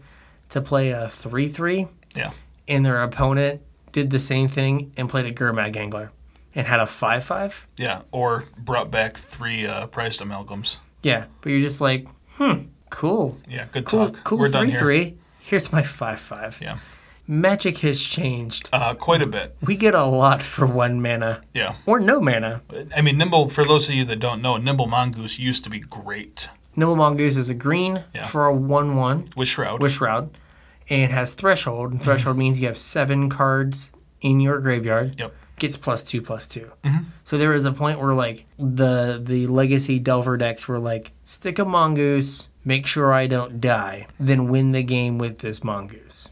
Speaker 1: to play a three-three
Speaker 2: Yeah.
Speaker 1: and their opponent did the same thing and played a Gurmag Angler and had a 5 5.
Speaker 2: Yeah. Or brought back three uh, prized amalgams.
Speaker 1: Yeah, but you're just like, hmm, cool.
Speaker 2: Yeah. Good
Speaker 1: Cool,
Speaker 2: talk.
Speaker 1: cool
Speaker 2: We're
Speaker 1: 3
Speaker 2: done here.
Speaker 1: 3. Here's my 5 5.
Speaker 2: Yeah.
Speaker 1: Magic has changed.
Speaker 2: Uh, quite a bit.
Speaker 1: We get a lot for one mana
Speaker 2: Yeah.
Speaker 1: or no mana.
Speaker 2: I mean, Nimble, for those of you that don't know, Nimble Mongoose used to be great
Speaker 1: Nimble Mongoose is a green
Speaker 2: Yeah.
Speaker 1: for a 1 1
Speaker 2: with Shroud.
Speaker 1: with Shroud and has Threshold.
Speaker 2: Mm-hmm.
Speaker 1: And Threshold means you have seven cards in your graveyard.
Speaker 2: yep. Mm-hmm.
Speaker 1: gets plus two plus 2 So there was a point where like the the legacy Delver decks were like stick a mongoose, make sure I don't die, then win the game with this mongoose,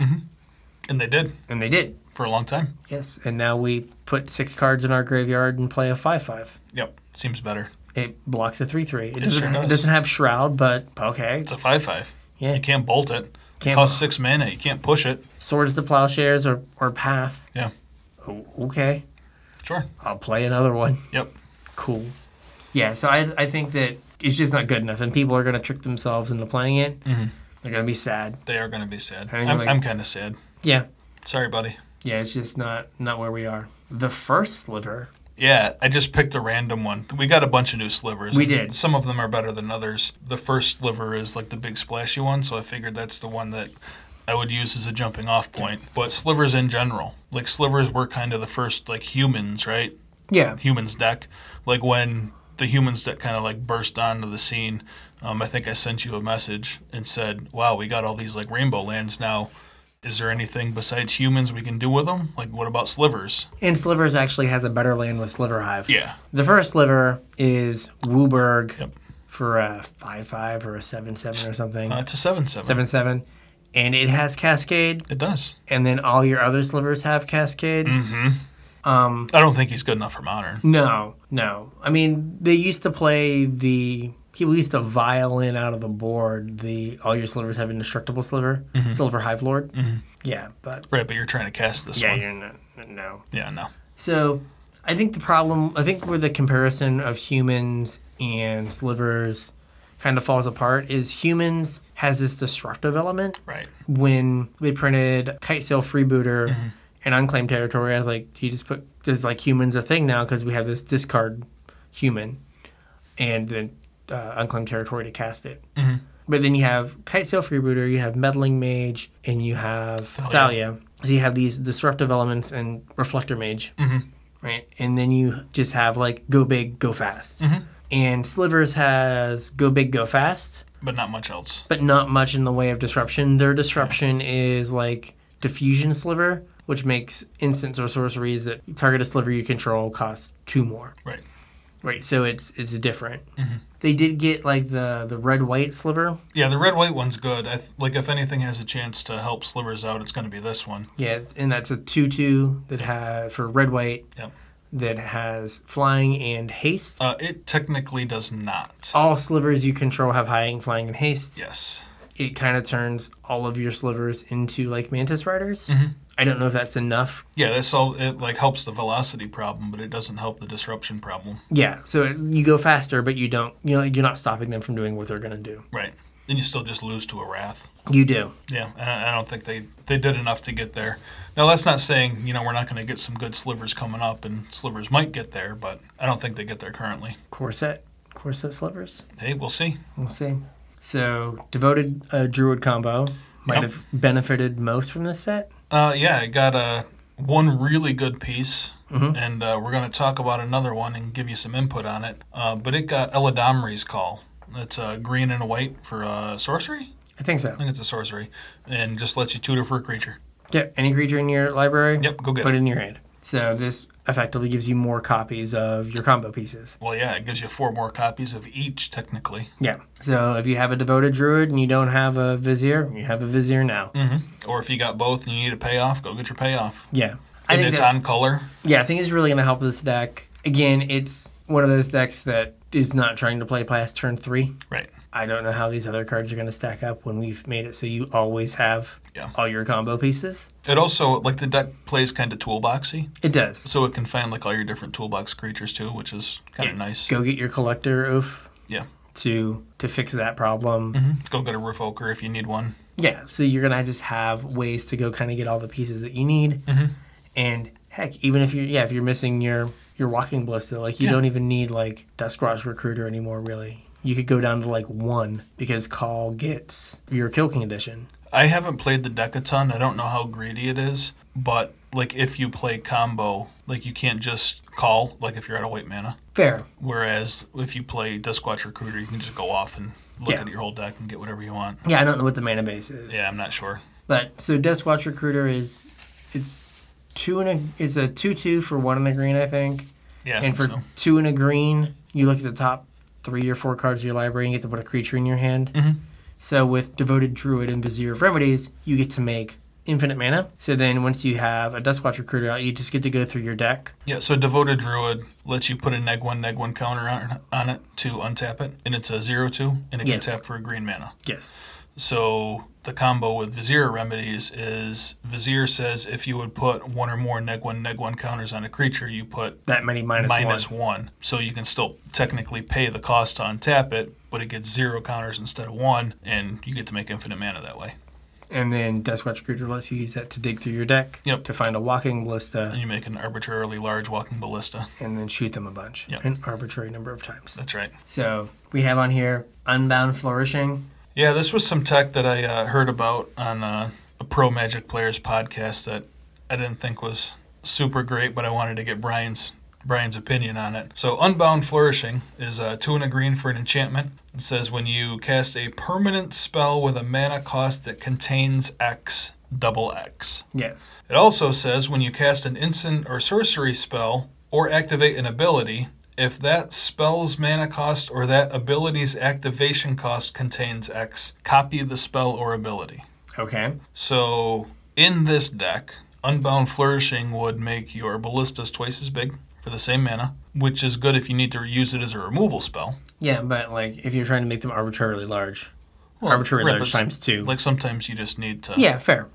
Speaker 2: And they did
Speaker 1: and they did.
Speaker 2: for a long time.
Speaker 1: Yes, and now we put six cards in our graveyard and play a five five.
Speaker 2: Yep, seems better.
Speaker 1: It blocks a three three. It, doesn't,
Speaker 2: sure
Speaker 1: it
Speaker 2: does.
Speaker 1: doesn't have shroud, but okay.
Speaker 2: It's a five-five.
Speaker 1: Yeah,
Speaker 2: You can't bolt it.
Speaker 1: Can't-
Speaker 2: it costs six mana. You can't push it.
Speaker 1: swords to plowshares or or path.
Speaker 2: Yeah.
Speaker 1: O- Okay,
Speaker 2: Sure.
Speaker 1: I'll play another one.
Speaker 2: Yep.
Speaker 1: cool. Yeah, so I I think that it's just not good enough, and people are gonna trick themselves into playing it. Mm-hmm. They're gonna be sad.
Speaker 2: They are going to be sad.
Speaker 1: I think
Speaker 2: I'm,
Speaker 1: like-
Speaker 2: I'm kind of sad.
Speaker 1: Yeah,
Speaker 2: Sorry, buddy.
Speaker 1: yeah, it's just not not where we are. The first sliver,
Speaker 2: Yeah, I just picked a random one. We got a bunch of new slivers.
Speaker 1: We
Speaker 2: and
Speaker 1: did.
Speaker 2: Some of them are better than others. The first sliver is like the big splashy one, so I figured that's the one that I would use as a jumping off point. But slivers in general, like slivers were kind of the first like humans, right?
Speaker 1: yeah,
Speaker 2: humans deck like when the humans deck kind of like burst onto the scene um, i think i sent you a message and said wow we got all these like rainbow lands now is there anything besides humans we can do with them like what about slivers
Speaker 1: and slivers actually has a better land with sliver hive.
Speaker 2: yeah
Speaker 1: The first sliver is Wooburg
Speaker 2: Yep.
Speaker 1: for a five five or a seven seven or something
Speaker 2: uh, it's a 7-7
Speaker 1: seven seven, and it has cascade,
Speaker 2: it does
Speaker 1: and then all your other slivers have cascade.
Speaker 2: Mm-hmm.
Speaker 1: Um,
Speaker 2: i don't think he's good enough for modern
Speaker 1: No, no. I mean, they used to play the people used to violin out of the board the all your slivers have indestructible sliver,
Speaker 2: Mm-hmm.
Speaker 1: silver hive lord. Yeah, but
Speaker 2: right but you're trying to cast Mm-hmm. this
Speaker 1: yeah,
Speaker 2: one
Speaker 1: you're not, no.
Speaker 2: yeah no
Speaker 1: So I think the problem, I think where the comparison of humans and slivers kind of falls apart is humans has this destructive element
Speaker 2: right
Speaker 1: when they printed Kite Sail Freebooter and Unclaimed Territory, I was like, you just put, there's like humans a thing now because we have this discard human. And then uh, unclaimed territory to cast it. But then you have Kite Sail Freebooter, you have Meddling Mage, and you have Thalia. So you have these disruptive elements and Reflector Mage, right? And then you just have like go big, go fast. And Slivers has go big, go fast,
Speaker 2: but not much else.
Speaker 1: but not much in the way of disruption. Their disruption is like Diffusion Sliver, which makes instants or sorceries that target a sliver you control cost two more.
Speaker 2: Right. Mm-hmm.
Speaker 1: Right, so it's it's different. They did get like the the red white sliver.
Speaker 2: Yeah, the red white one's good. I th- like if anything has a chance to help slivers out, it's going to be this one.
Speaker 1: Yeah, and that's a two two that has for red white
Speaker 2: Yep.
Speaker 1: that has flying and haste.
Speaker 2: Uh, it technically does not.
Speaker 1: All slivers you control have hiding, flying, and haste.
Speaker 2: Yes.
Speaker 1: It kind of turns all of your slivers into like mantis riders.
Speaker 2: Mm-hmm.
Speaker 1: I don't know if that's enough.
Speaker 2: Yeah, that's all. It like helps the velocity problem, but it doesn't help the disruption problem.
Speaker 1: Yeah, so it, you go faster, but you don't. You know, you're not stopping them from doing what they're gonna do.
Speaker 2: Right. Then you still just lose to a wrath.
Speaker 1: You do.
Speaker 2: Yeah, and I I don't think they they did enough to get there. Now that's not saying you know we're not going to get some good slivers coming up, and slivers might get there, but I don't think they get there currently.
Speaker 1: Corset, corset slivers.
Speaker 2: Hey, we'll see.
Speaker 1: We'll see. So devoted uh, druid combo might
Speaker 2: Yep.
Speaker 1: have benefited most from this set.
Speaker 2: Uh, yeah, I got uh, one really good piece, and uh, we're going to talk about another one and give you some input on it. Uh, but it got Eladomri's call. It's uh, green and white for uh, sorcery.
Speaker 1: I think so.
Speaker 2: I think it's a sorcery, and just lets you tutor for a creature.
Speaker 1: Yep. Any creature in your library.
Speaker 2: Yep, go get
Speaker 1: Put
Speaker 2: it.
Speaker 1: it in your hand. So this effectively gives you more copies of your combo pieces.
Speaker 2: Well, yeah, it gives you four more copies of each technically,
Speaker 1: Yeah. So if you have a devoted druid and you don't have a vizier, you have a vizier now.
Speaker 2: or if you got both and you need a payoff, go get your payoff.
Speaker 1: Yeah. I
Speaker 2: And
Speaker 1: think
Speaker 2: it's
Speaker 1: that's-
Speaker 2: on color.
Speaker 1: yeah, I think it's really going to help this deck. Again, it's one of those decks that is not trying to play past turn three.
Speaker 2: Right.
Speaker 1: I don't know how these other cards are going to stack up when we've made it so you always have
Speaker 2: Yeah.
Speaker 1: all your combo pieces.
Speaker 2: It also like the deck plays kind of toolboxy,
Speaker 1: It does.
Speaker 2: so it can find like all your different toolbox creatures too, which is kind of nice.
Speaker 1: Go get your collector oof
Speaker 2: Yeah.
Speaker 1: to to fix that problem.
Speaker 2: Mm-hmm. Go get a revoker if you need one.
Speaker 1: Yeah, so you're gonna just have ways to go kind of get all the pieces that you need,
Speaker 2: Mm-hmm.
Speaker 1: and heck, even if you're yeah, if you're missing your your walking ballista, like you
Speaker 2: Yeah.
Speaker 1: don't even need like Duskwatch Recruiter anymore, really. You could go down to like one because Call gets your Kill King edition.
Speaker 2: I haven't played the deck a ton. I don't know how greedy it is, but like if you play combo, like you can't just call like if you're out of white mana.
Speaker 1: Fair,
Speaker 2: Whereas if you play Duskwatch Recruiter, you can just go off and look
Speaker 1: Yeah.
Speaker 2: at your whole deck and get whatever you want.
Speaker 1: yeah. I don't know what the mana base is,
Speaker 2: Yeah, I'm not sure.
Speaker 1: but so Duskwatch Recruiter is it's two and a it's a two two for one and a green, I think.
Speaker 2: Yeah, I
Speaker 1: and
Speaker 2: think
Speaker 1: for
Speaker 2: so.
Speaker 1: two and a green, you look at the top three or four cards of your library and you get to put a creature in your hand.
Speaker 2: Mm-hmm.
Speaker 1: So with Devoted Druid and Vizier of Remedies, you get to make infinite mana. So then once you have a Duskwatch Recruiter out, you just get to go through your deck.
Speaker 2: Yeah, so Devoted Druid lets you put a neg one, neg one counter on, on it to untap it, and it's a zero two, and it
Speaker 1: Yes.
Speaker 2: can tap for a green mana.
Speaker 1: Yes.
Speaker 2: So the combo with Vizier Remedies is Vizier says if you would put one or more neg one, neg one counters on a creature, you put
Speaker 1: That many minus,
Speaker 2: minus
Speaker 1: one.
Speaker 2: one. So you can still technically pay the cost to untap it, but it gets zero counters instead of one, and you get to make infinite mana that way.
Speaker 1: And then Duskwatch Recruiter lets you use that to dig through your deck
Speaker 2: Yep.
Speaker 1: to find a Walking Ballista
Speaker 2: And you make an arbitrarily large walking ballista.
Speaker 1: and then shoot them a bunch.
Speaker 2: Yep.
Speaker 1: An arbitrary number of times.
Speaker 2: That's right.
Speaker 1: So we have on here Unbound Flourishing.
Speaker 2: Yeah, this was some tech that I uh, heard about on uh, a Pro Magic Players podcast that I didn't think was super great, but I wanted to get Brian's Brian's opinion on it. So, Unbound Flourishing is uh, two and a green for an enchantment. It says when you cast a permanent spell with a mana cost that contains X, double X.
Speaker 1: Yes.
Speaker 2: It also says when you cast an instant or sorcery spell or activate an ability, if that spell's mana cost or that ability's activation cost contains X, copy the spell or ability.
Speaker 1: Okay.
Speaker 2: So in this deck, Unbound Flourishing would make your ballistas twice as big for the same mana, which is good if you need to use it as a removal spell.
Speaker 1: Yeah, but like if you're trying to make them arbitrarily large,
Speaker 2: Well,
Speaker 1: arbitrary
Speaker 2: right,
Speaker 1: large
Speaker 2: but s-
Speaker 1: times two.
Speaker 2: Like sometimes you just need to
Speaker 1: yeah, fair.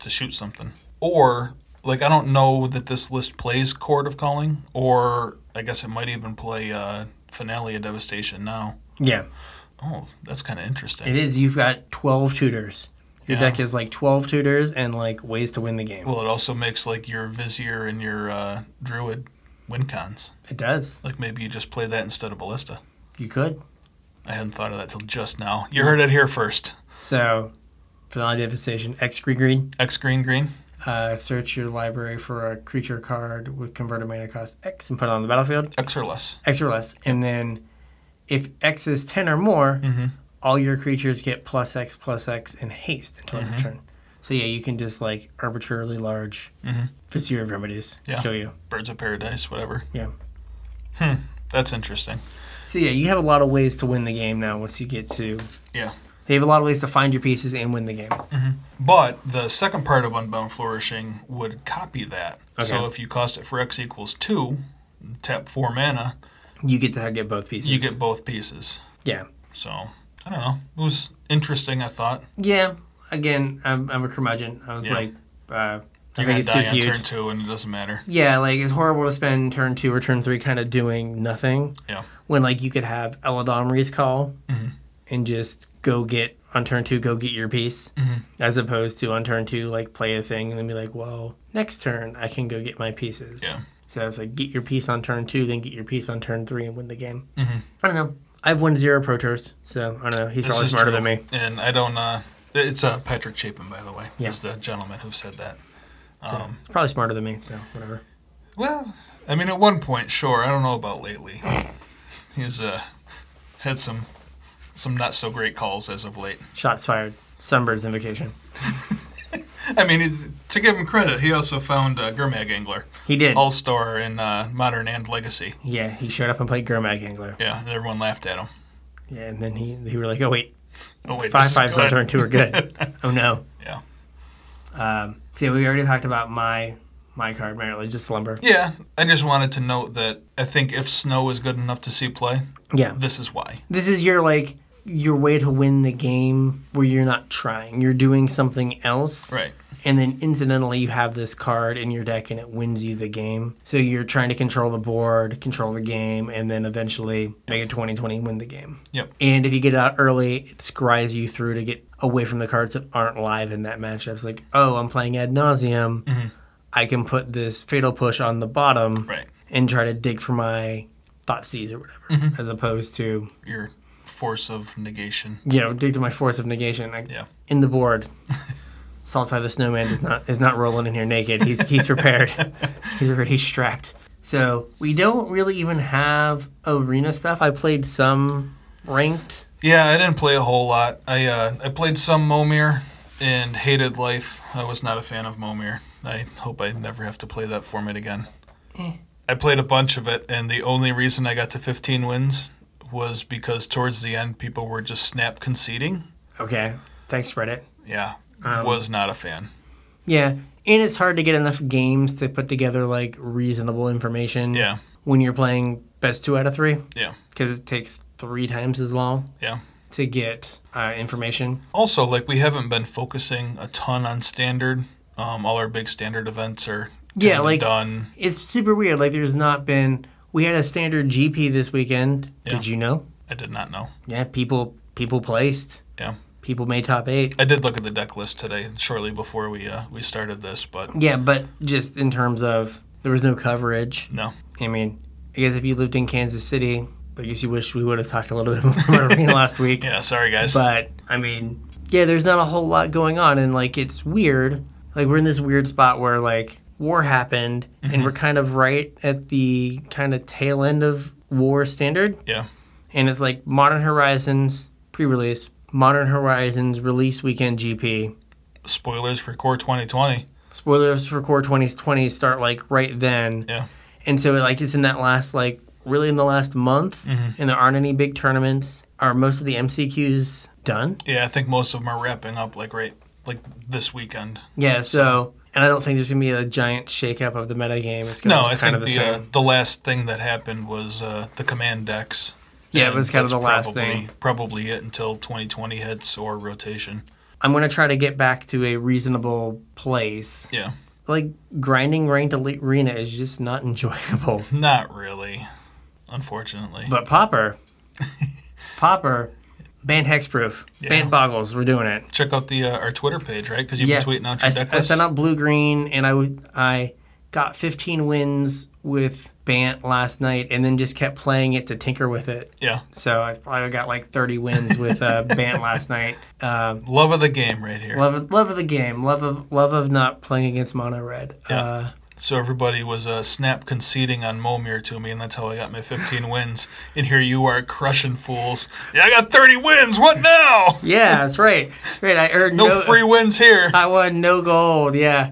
Speaker 2: to shoot something. Or like I don't know that this list plays Court of Calling, or I guess it might even play uh, Finale of Devastation now.
Speaker 1: Yeah,
Speaker 2: Oh, that's kind of interesting.
Speaker 1: it is. You've got twelve tutors. Your
Speaker 2: Yeah.
Speaker 1: deck is like twelve tutors and like ways to win the game.
Speaker 2: Well, it also makes like your Vizier and your uh, Druid win cons.
Speaker 1: it does.
Speaker 2: Like maybe you just play that instead of Ballista.
Speaker 1: You could.
Speaker 2: I hadn't thought of that till just now. You heard it here first.
Speaker 1: So, Finality Devastation, X Green Green.
Speaker 2: X green green.
Speaker 1: Uh, search your library for a creature card with converted mana cost X and put it on the battlefield,
Speaker 2: X or less.
Speaker 1: X or less. And then, if X is 10 or more, all your creatures get plus X, plus X, and haste until end of turn. So, yeah, you can just like arbitrarily large Vizier of Remedies
Speaker 2: Yeah.
Speaker 1: kill you.
Speaker 2: Birds of Paradise, whatever.
Speaker 1: Yeah.
Speaker 2: Hmm. That's interesting.
Speaker 1: So, yeah, you have a lot of ways to win the game now once you get to.
Speaker 2: Yeah.
Speaker 1: They have a lot of ways to find your pieces and win the game.
Speaker 2: But the second part of Unbound Flourishing would copy that. So
Speaker 1: Okay.
Speaker 2: if you cost it for X equals two, tap four mana,
Speaker 1: You get to get both pieces.
Speaker 2: you get both pieces.
Speaker 1: Yeah.
Speaker 2: So I don't know. It was interesting. I thought
Speaker 1: Yeah. Again, I'm, I'm a curmudgeon. I was
Speaker 2: Yeah.
Speaker 1: like, uh, I
Speaker 2: you're
Speaker 1: think
Speaker 2: gonna
Speaker 1: it's too
Speaker 2: die on
Speaker 1: huge.
Speaker 2: turn two, and it doesn't matter.
Speaker 1: Yeah, like it's horrible to spend turn two or turn three kind of doing nothing
Speaker 2: Yeah. Mm-hmm.
Speaker 1: when like you could have Eladomri's call and just go get on turn two, go get your piece,
Speaker 2: Mm-hmm.
Speaker 1: as opposed to on turn two like play a thing and then be like, well, next turn I can go get my pieces.
Speaker 2: Yeah.
Speaker 1: So it's like get your piece on turn two, then get your piece on turn three and win the game.
Speaker 2: Mm-hmm.
Speaker 1: I don't know. I've won zero pro tours, so I don't know. He's probably smarter than me.
Speaker 2: And I don't. Uh, it's uh, Patrick Chapin, by the way,
Speaker 1: Yeah.
Speaker 2: is the gentleman who said that.
Speaker 1: So He's probably smarter than me, so whatever.
Speaker 2: Well, I mean, at one point, sure. I don't know about lately. He's uh, had some some not so great calls as of late.
Speaker 1: Shots fired. Sunbird's invocation.
Speaker 2: I mean, he- to give him credit, he also found uh, Gurmag Angler,
Speaker 1: He did.
Speaker 2: All Star in uh, Modern and Legacy.
Speaker 1: Yeah, he showed up and played Gurmag Angler.
Speaker 2: Yeah, and everyone laughed at him.
Speaker 1: Yeah, and then he he were like, oh wait,
Speaker 2: Oh wait,
Speaker 1: five
Speaker 2: this is
Speaker 1: fives on
Speaker 2: good.
Speaker 1: turn two are good.
Speaker 2: (laughs)
Speaker 1: oh no.
Speaker 2: Yeah.
Speaker 1: Um, see, we already talked about my my card, my religious slumber.
Speaker 2: Yeah, I just wanted to note that I think if Snow is good enough to see play,
Speaker 1: Yeah,
Speaker 2: this is why.
Speaker 1: this is your like your way to win the game where you're not trying, you're doing something else,
Speaker 2: Right.
Speaker 1: and then incidentally you have this card in your deck and it wins you the game. So you're trying to control the board, control the game, and then eventually make it 2020 and win the game.
Speaker 2: Yep.
Speaker 1: And if you get out early, it scries you through to get away from the cards that aren't live in that matchup. It's like, oh, I'm playing ad nauseum. I can put this fatal push on the bottom
Speaker 2: Mm-hmm. Right.
Speaker 1: and try to dig for my thought seas or whatever,
Speaker 2: Mm-hmm.
Speaker 1: as opposed to
Speaker 2: Your force of negation.
Speaker 1: you know dig to my force of negation like,
Speaker 2: Yeah.
Speaker 1: in the board. (laughs) Saltai the Snowman is not is not rolling in here naked. He's he's
Speaker 2: (laughs)
Speaker 1: prepared. he's prepared. He's strapped. So we don't really even have arena stuff. I played some ranked.
Speaker 2: Yeah, I didn't play a whole lot. I uh, I played some Momir and hated life. I was not a fan of Momir. I hope I never have to play that format again.
Speaker 1: Eh.
Speaker 2: I played a bunch of it, and the only reason I got to 15 wins was because towards the end people were just snap conceding.
Speaker 1: Okay, thanks Reddit.
Speaker 2: Yeah, was not a fan.
Speaker 1: Yeah, and it's hard to get enough games to put together like reasonable information.
Speaker 2: Yeah,
Speaker 1: When you're playing best two out of three,
Speaker 2: yeah,
Speaker 1: because it takes three times as long
Speaker 2: yeah.
Speaker 1: to get uh, information.
Speaker 2: Also, like we haven't been focusing a ton on standard. Um, all our big standard events are
Speaker 1: Yeah,
Speaker 2: kinda
Speaker 1: like-
Speaker 2: done.
Speaker 1: It's super weird. Like there's not been. We had a standard GP this weekend.
Speaker 2: Yeah.
Speaker 1: Did you know?
Speaker 2: I did not know.
Speaker 1: Yeah, people people placed.
Speaker 2: Yeah.
Speaker 1: People made top eight.
Speaker 2: I did look at the deck list today, shortly before we uh, we started this, but
Speaker 1: Yeah, but just in terms of there was no coverage.
Speaker 2: no,
Speaker 1: I mean, I guess if you lived in Kansas City, I guess you wish we would have talked a little bit (laughs) more about arena last week.
Speaker 2: yeah, sorry guys.
Speaker 1: But I mean, yeah, there's not a whole lot going on, and like it's weird. Like we're in this weird spot where like war happened,
Speaker 2: Mm-hmm.
Speaker 1: and we're kind of right at the kind of tail end of war standard,
Speaker 2: yeah,
Speaker 1: and it's like Modern Horizons pre-release, Modern Horizons release weekend GP.
Speaker 2: spoilers for Core 2020.
Speaker 1: Spoilers for Core 2020 start like right then,
Speaker 2: Yeah,
Speaker 1: and so like it's in that last like really in the last month,
Speaker 2: Mm-hmm.
Speaker 1: and there aren't any big tournaments. Are most of the MCQs done?
Speaker 2: yeah, I think most of them are wrapping up like right like this weekend.
Speaker 1: Yeah, so and I don't think there's gonna be a giant shakeup of the metagame. It's gonna
Speaker 2: No,
Speaker 1: be
Speaker 2: I
Speaker 1: kind
Speaker 2: think
Speaker 1: of the,
Speaker 2: the
Speaker 1: same.
Speaker 2: uh, the last thing that happened was uh, the command decks.
Speaker 1: Yeah, it
Speaker 2: And
Speaker 1: was kind of
Speaker 2: that's
Speaker 1: the last
Speaker 2: probably,
Speaker 1: thing.
Speaker 2: Probably it until 2020 hits or rotation.
Speaker 1: I'm gonna try to get back to a reasonable place.
Speaker 2: Yeah,
Speaker 1: Like grinding ranked elite arena is just not (laughs) enjoyable.
Speaker 2: not really, unfortunately.
Speaker 1: But
Speaker 2: (laughs)
Speaker 1: Popper, Popper, ban hexproof, ban boggles. We're doing it.
Speaker 2: Check out the uh, our Twitter page, right? Because you've
Speaker 1: Yeah,
Speaker 2: been tweeting out
Speaker 1: I,
Speaker 2: your
Speaker 1: s-
Speaker 2: deck
Speaker 1: I
Speaker 2: list.
Speaker 1: sent out blue green, and I w- I got 15 wins with Bant last night, and then just kept playing it to tinker with it.
Speaker 2: Yeah.
Speaker 1: So I probably got like 30 wins with
Speaker 2: (laughs)
Speaker 1: uh, Bant last night. Um,
Speaker 2: Love of the game right here.
Speaker 1: love, of- love of the game, love of love of not playing against mono red.
Speaker 2: Yeah.
Speaker 1: Uh,
Speaker 2: So everybody was uh, snap conceding on Momir to me, and that's how I got my 15 wins. And here you are crushing fools. Yeah, I got 30 wins. What now?
Speaker 1: yeah, that's right. Right, I earned
Speaker 2: No
Speaker 1: no, uh,
Speaker 2: free wins here.
Speaker 1: (laughs) I won no gold. Yeah,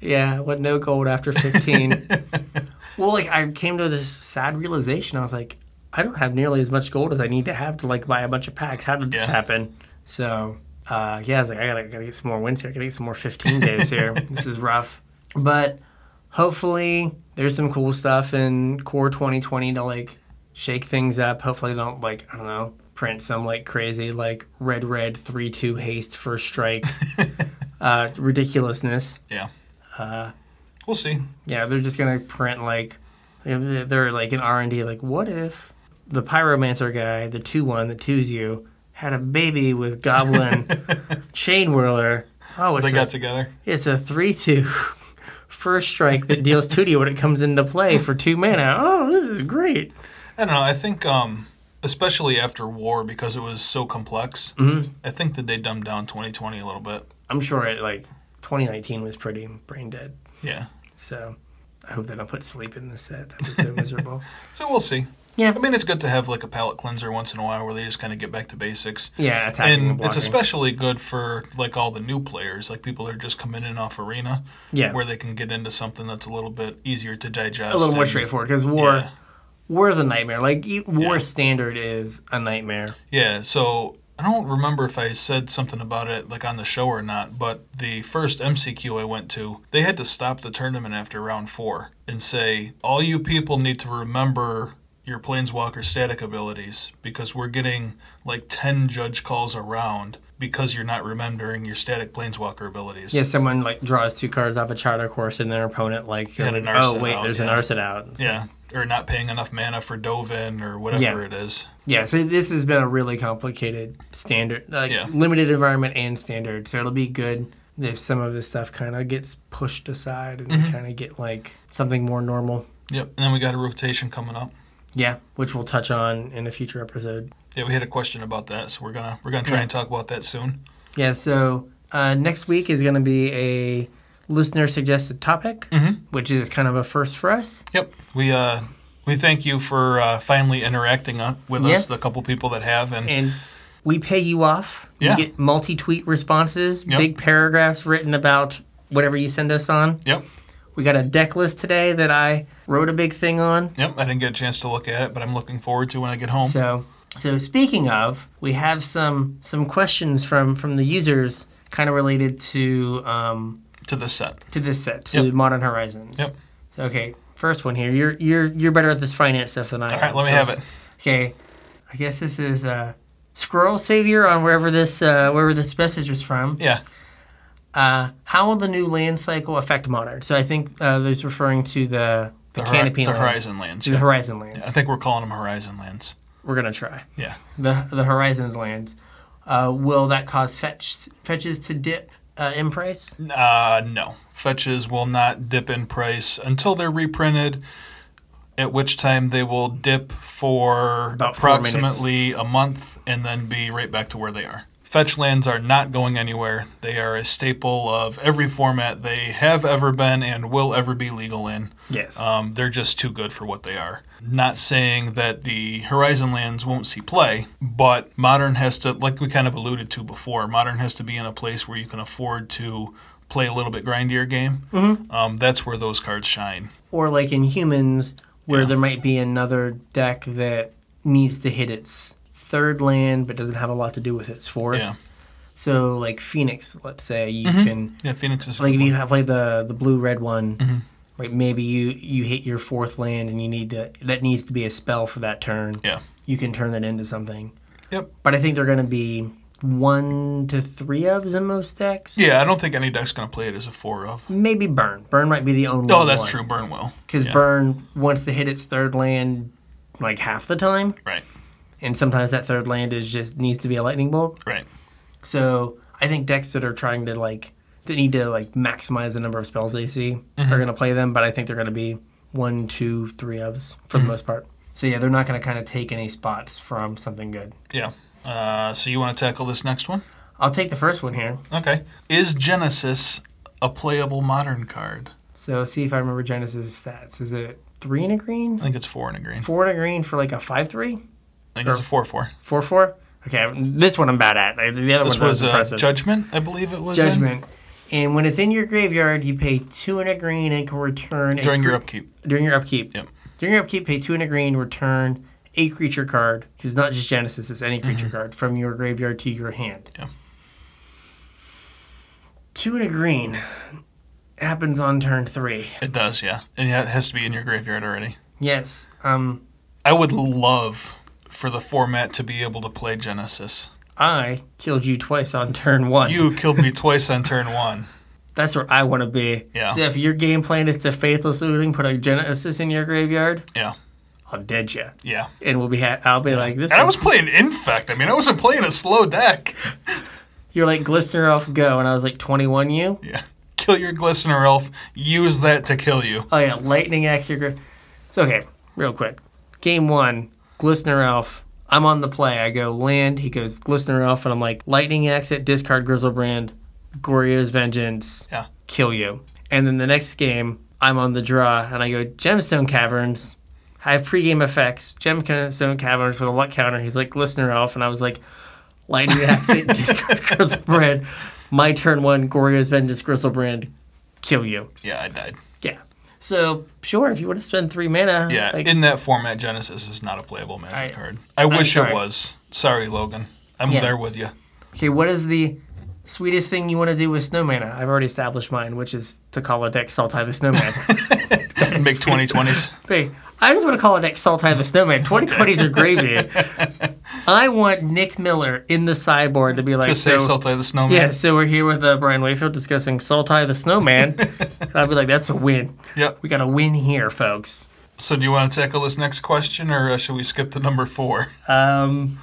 Speaker 1: yeah, I won no gold after 15. well, like I came to this sad realization. I was like, I don't have nearly as much gold as I need to have to like buy a bunch of packs. How did this
Speaker 2: Yeah.
Speaker 1: happen? So uh, yeah, I was like, I gotta gotta get some more wins here. I gotta get some more 15 days here. this is rough, but hopefully there's some cool stuff in Core 2020 to like shake things up. Hopefully they don't like I don't know print some like crazy like red red three two haste first strike uh, ridiculousness.
Speaker 2: Yeah. we'll see.
Speaker 1: Yeah, they're just gonna print like they're they're, like an R and D. Like, what if the pyromancer guy, the two one, the twos you, had a baby with
Speaker 2: (laughs)
Speaker 1: goblin chain whirler? Oh, it's
Speaker 2: They
Speaker 1: a,
Speaker 2: got together.
Speaker 1: (laughs) it's a three two (laughs) first strike that deals two to you when it comes into play for two mana. Oh, this is great.
Speaker 2: I don't know. I think, um, especially after war, because it was so complex, I think that they dumbed down 2020 a little bit.
Speaker 1: I'm sure it like 2019 was pretty brain dead.
Speaker 2: Yeah.
Speaker 1: So I hope they don't put sleep in this set. That was so
Speaker 2: (laughs)
Speaker 1: miserable.
Speaker 2: So we'll see.
Speaker 1: Yeah.
Speaker 2: I mean, it's good to have like a palate cleanser once in a while where they just kind of get back to basics.
Speaker 1: Yeah, attacking and
Speaker 2: and it's
Speaker 1: blocking.
Speaker 2: especially good for like all the new players, like people that are just coming in off arena,
Speaker 1: Yeah.
Speaker 2: where they can get into something that's a little bit easier to digest,
Speaker 1: a little more
Speaker 2: and-
Speaker 1: straightforward because war
Speaker 2: Yeah.
Speaker 1: war is a nightmare like e- war
Speaker 2: Yeah.
Speaker 1: standard is a nightmare
Speaker 2: Yeah, so I don't remember if I said something about it like on the show or not, but the first MCQ I went to, they had to stop the tournament after round four and say, all you people need to remember your planeswalker static abilities because we're getting like 10 judge calls around because you're not remembering your static planeswalker abilities.
Speaker 1: yeah someone like draws two cards off a charter course and their opponent like goes
Speaker 2: Had an
Speaker 1: like,
Speaker 2: arson
Speaker 1: oh wait
Speaker 2: out,
Speaker 1: there's an
Speaker 2: yeah.
Speaker 1: arson out It's like-
Speaker 2: Yeah. Or not paying enough mana for Dovin or whatever
Speaker 1: Yeah.
Speaker 2: it is.
Speaker 1: yeah so this has been a really complicated standard like
Speaker 2: Yeah.
Speaker 1: limited environment and standard so it'll be good if some of this stuff kind of gets pushed aside and
Speaker 2: Mm-hmm.
Speaker 1: kind of get like something more normal
Speaker 2: Yep. And then we got a rotation coming up.
Speaker 1: yeah which we'll touch on in a future episode
Speaker 2: Yeah, we had a question about that, so we're gonna we're gonna try and talk about that soon.
Speaker 1: Yeah, so uh, next week is going to be a listener suggested topic,
Speaker 2: Mm-hmm.
Speaker 1: which is kind of a first for us.
Speaker 2: Yep. We uh we thank you for uh, finally interacting uh, with
Speaker 1: Yeah.
Speaker 2: us, the couple people that have, and,
Speaker 1: And we pay you off.
Speaker 2: Yeah.
Speaker 1: You get multi tweet responses,
Speaker 2: Yep.
Speaker 1: big paragraphs written about whatever you send us on.
Speaker 2: yep,
Speaker 1: We got a deck list today that I wrote a big thing on.
Speaker 2: yep. I didn't get a chance to look at it, but I'm looking forward to when I get home.
Speaker 1: So, so speaking of, we have some some questions from from the users kind of related to um,
Speaker 2: to this set.
Speaker 1: to this set to
Speaker 2: Yep.
Speaker 1: Modern Horizons.
Speaker 2: Yep.
Speaker 1: So, okay, first one here. You're you're you're better at this finance stuff than I
Speaker 2: All
Speaker 1: am.
Speaker 2: right, let me
Speaker 1: so-
Speaker 2: have it.
Speaker 1: Okay, I guess this is uh, Squirrel Savior on wherever this uh, wherever this message was from.
Speaker 2: Yeah,
Speaker 1: Uh, how will the new land cycle affect modern? So I think uh, there's referring to the the,
Speaker 2: the, hori-
Speaker 1: canopy
Speaker 2: the
Speaker 1: lands,
Speaker 2: Horizon lands.
Speaker 1: to the
Speaker 2: yeah.
Speaker 1: horizon lands.
Speaker 2: I think we're calling them Horizon lands.
Speaker 1: We're gonna try
Speaker 2: Yeah.
Speaker 1: the the horizons lands. Uh, will that cause fetch fetches to dip uh, in price?
Speaker 2: Uh, no. Fetches will not dip in price until they're reprinted, at which time they will dip for
Speaker 1: About four
Speaker 2: approximately a month and then be right back to where they are. Fetch lands are not going anywhere. They are a staple of every format they have ever been and will ever be legal in.
Speaker 1: Yes.
Speaker 2: Um, they're just too good for what they are. Not saying that the Horizon lands won't see play, but Modern has to, like we kind of alluded to before, Modern has to be in a place where you can afford to play a little bit grindier game.
Speaker 1: Mm-hmm.
Speaker 2: Um, that's where those cards shine.
Speaker 1: or like in humans where there might be another deck that needs to hit its third land but doesn't have a lot to do with its fourth.
Speaker 2: Yeah. Mm-hmm.
Speaker 1: So like Phoenix, let's say you can
Speaker 2: Yeah, Phoenix is. a
Speaker 1: like
Speaker 2: good
Speaker 1: if you
Speaker 2: one. Mm-hmm.
Speaker 1: have played the the blue red one, right? Maybe you you hit your fourth land and you need to that needs to be a spell for that turn.
Speaker 2: yeah.
Speaker 1: You can turn that into something.
Speaker 2: Yep.
Speaker 1: But I think they're going to be one to three ofs in most decks.
Speaker 2: Yeah, I don't think any deck's going to play it as a four of.
Speaker 1: Maybe burn. Burn might be the only.
Speaker 2: Oh, that's
Speaker 1: one.
Speaker 2: true. Burn will.
Speaker 1: because
Speaker 2: Yeah.
Speaker 1: burn wants to hit its third land like half the time
Speaker 2: Right.
Speaker 1: and sometimes that third land is just needs to be a lightning bolt
Speaker 2: Right.
Speaker 1: so i think decks that are trying to like that need to like maximize the number of spells they see
Speaker 2: Mm-hmm.
Speaker 1: are going to play them, but I think they're going to be one, two, three ofs for
Speaker 2: Mm-hmm.
Speaker 1: the most part. So yeah, they're not going to kind of take any spots from something good.
Speaker 2: Yeah. Uh, so you want to tackle this next one?
Speaker 1: I'll take the first one here.
Speaker 2: Okay. Is Genesis a playable modern card?
Speaker 1: So see if I remember Genesis stats. Is it three and a green,
Speaker 2: I think it's four and a green.
Speaker 1: four and a green for like a five three,
Speaker 2: I think it's a four four.
Speaker 1: four four? Okay, this one I'm bad at. Like, The other
Speaker 2: This
Speaker 1: one's was
Speaker 2: was uh,
Speaker 1: impressive.
Speaker 2: Judgment, I believe it was. in,
Speaker 1: Judgment. And when it's in your graveyard, you pay two and a green and can return a
Speaker 2: during your
Speaker 1: cre-
Speaker 2: upkeep.
Speaker 1: during your upkeep.
Speaker 2: Yep.
Speaker 1: During your upkeep, pay two and a green, return a creature card. Because it's not just Genesis; it's any
Speaker 2: Mm-hmm.
Speaker 1: creature card from your graveyard to your hand.
Speaker 2: Yeah.
Speaker 1: Two and a green happens on turn three.
Speaker 2: It does, yeah. And yeah, it has to be in your graveyard already.
Speaker 1: Yes. Um,
Speaker 2: I would love for the format to be able to play Genesis.
Speaker 1: I killed you twice on turn one.
Speaker 2: You killed me twice on turn one.
Speaker 1: That's where I want to be.
Speaker 2: Yeah.
Speaker 1: So if your game plan is to faithless looting, put a Genesis in your graveyard.
Speaker 2: Yeah.
Speaker 1: I'll dead you,
Speaker 2: Yeah.
Speaker 1: and we'll be. Ha- I'll be like this.
Speaker 2: And I
Speaker 1: is-
Speaker 2: was playing Infect. I mean, I wasn't playing a slow deck.
Speaker 1: You're like Glistener off go, and I was like 21 you.
Speaker 2: Yeah. Kill your Glistener Elf. Use that to kill you.
Speaker 1: Oh yeah, lightning axe your. Gra- it's okay. Real quick, game one, Glistener elf. I'm on the play. I go land. He goes Glistener elf, and I'm like lightning axe it, discard Grizzlebrand, Goryeo's vengeance,
Speaker 2: Yeah.
Speaker 1: kill you. And then the next game, I'm on the draw, and I go gemstone caverns. I have pregame effects, gemstone caverns with a luck counter. He's like Glistener elf, and I was like lightning axe it, (laughs) discard Grizzlebrand. My turn one, Goryeo's vengeance, Grizzlebrand, kill you.
Speaker 2: Yeah, I died.
Speaker 1: Yeah. So sure, if you would have spent three mana,
Speaker 2: Yeah.
Speaker 1: like,
Speaker 2: in that format, Genesis is not a playable magic
Speaker 1: I-
Speaker 2: card. I wish
Speaker 1: sorry.
Speaker 2: it was. Sorry, Logan. I'm
Speaker 1: Yeah.
Speaker 2: there with
Speaker 1: (laughs)
Speaker 2: you.
Speaker 1: okay, what is the sweetest thing you want to do with snow mana? I've already established mine, which is to call a deck Sultai the
Speaker 2: (laughs)
Speaker 1: Snowman. (laughs)
Speaker 2: Big 2020s.
Speaker 1: hey, I just want to call a deck Sultai the Snowman. Twenty twenties are
Speaker 2: (laughs)
Speaker 1: gravy. I want Nick Miller in the sideboard to be like
Speaker 2: To say
Speaker 1: so-
Speaker 2: Sultai the Snowman.
Speaker 1: Yeah, so we're here with uh, Brian Wakefield discussing Sultai the
Speaker 2: (laughs)
Speaker 1: Snowman. and I'd be like, that's a win.
Speaker 2: Yep.
Speaker 1: We got a win here, folks.
Speaker 2: So, do you want to tackle this next question, or uh, should we skip to number four? (laughs)
Speaker 1: Um,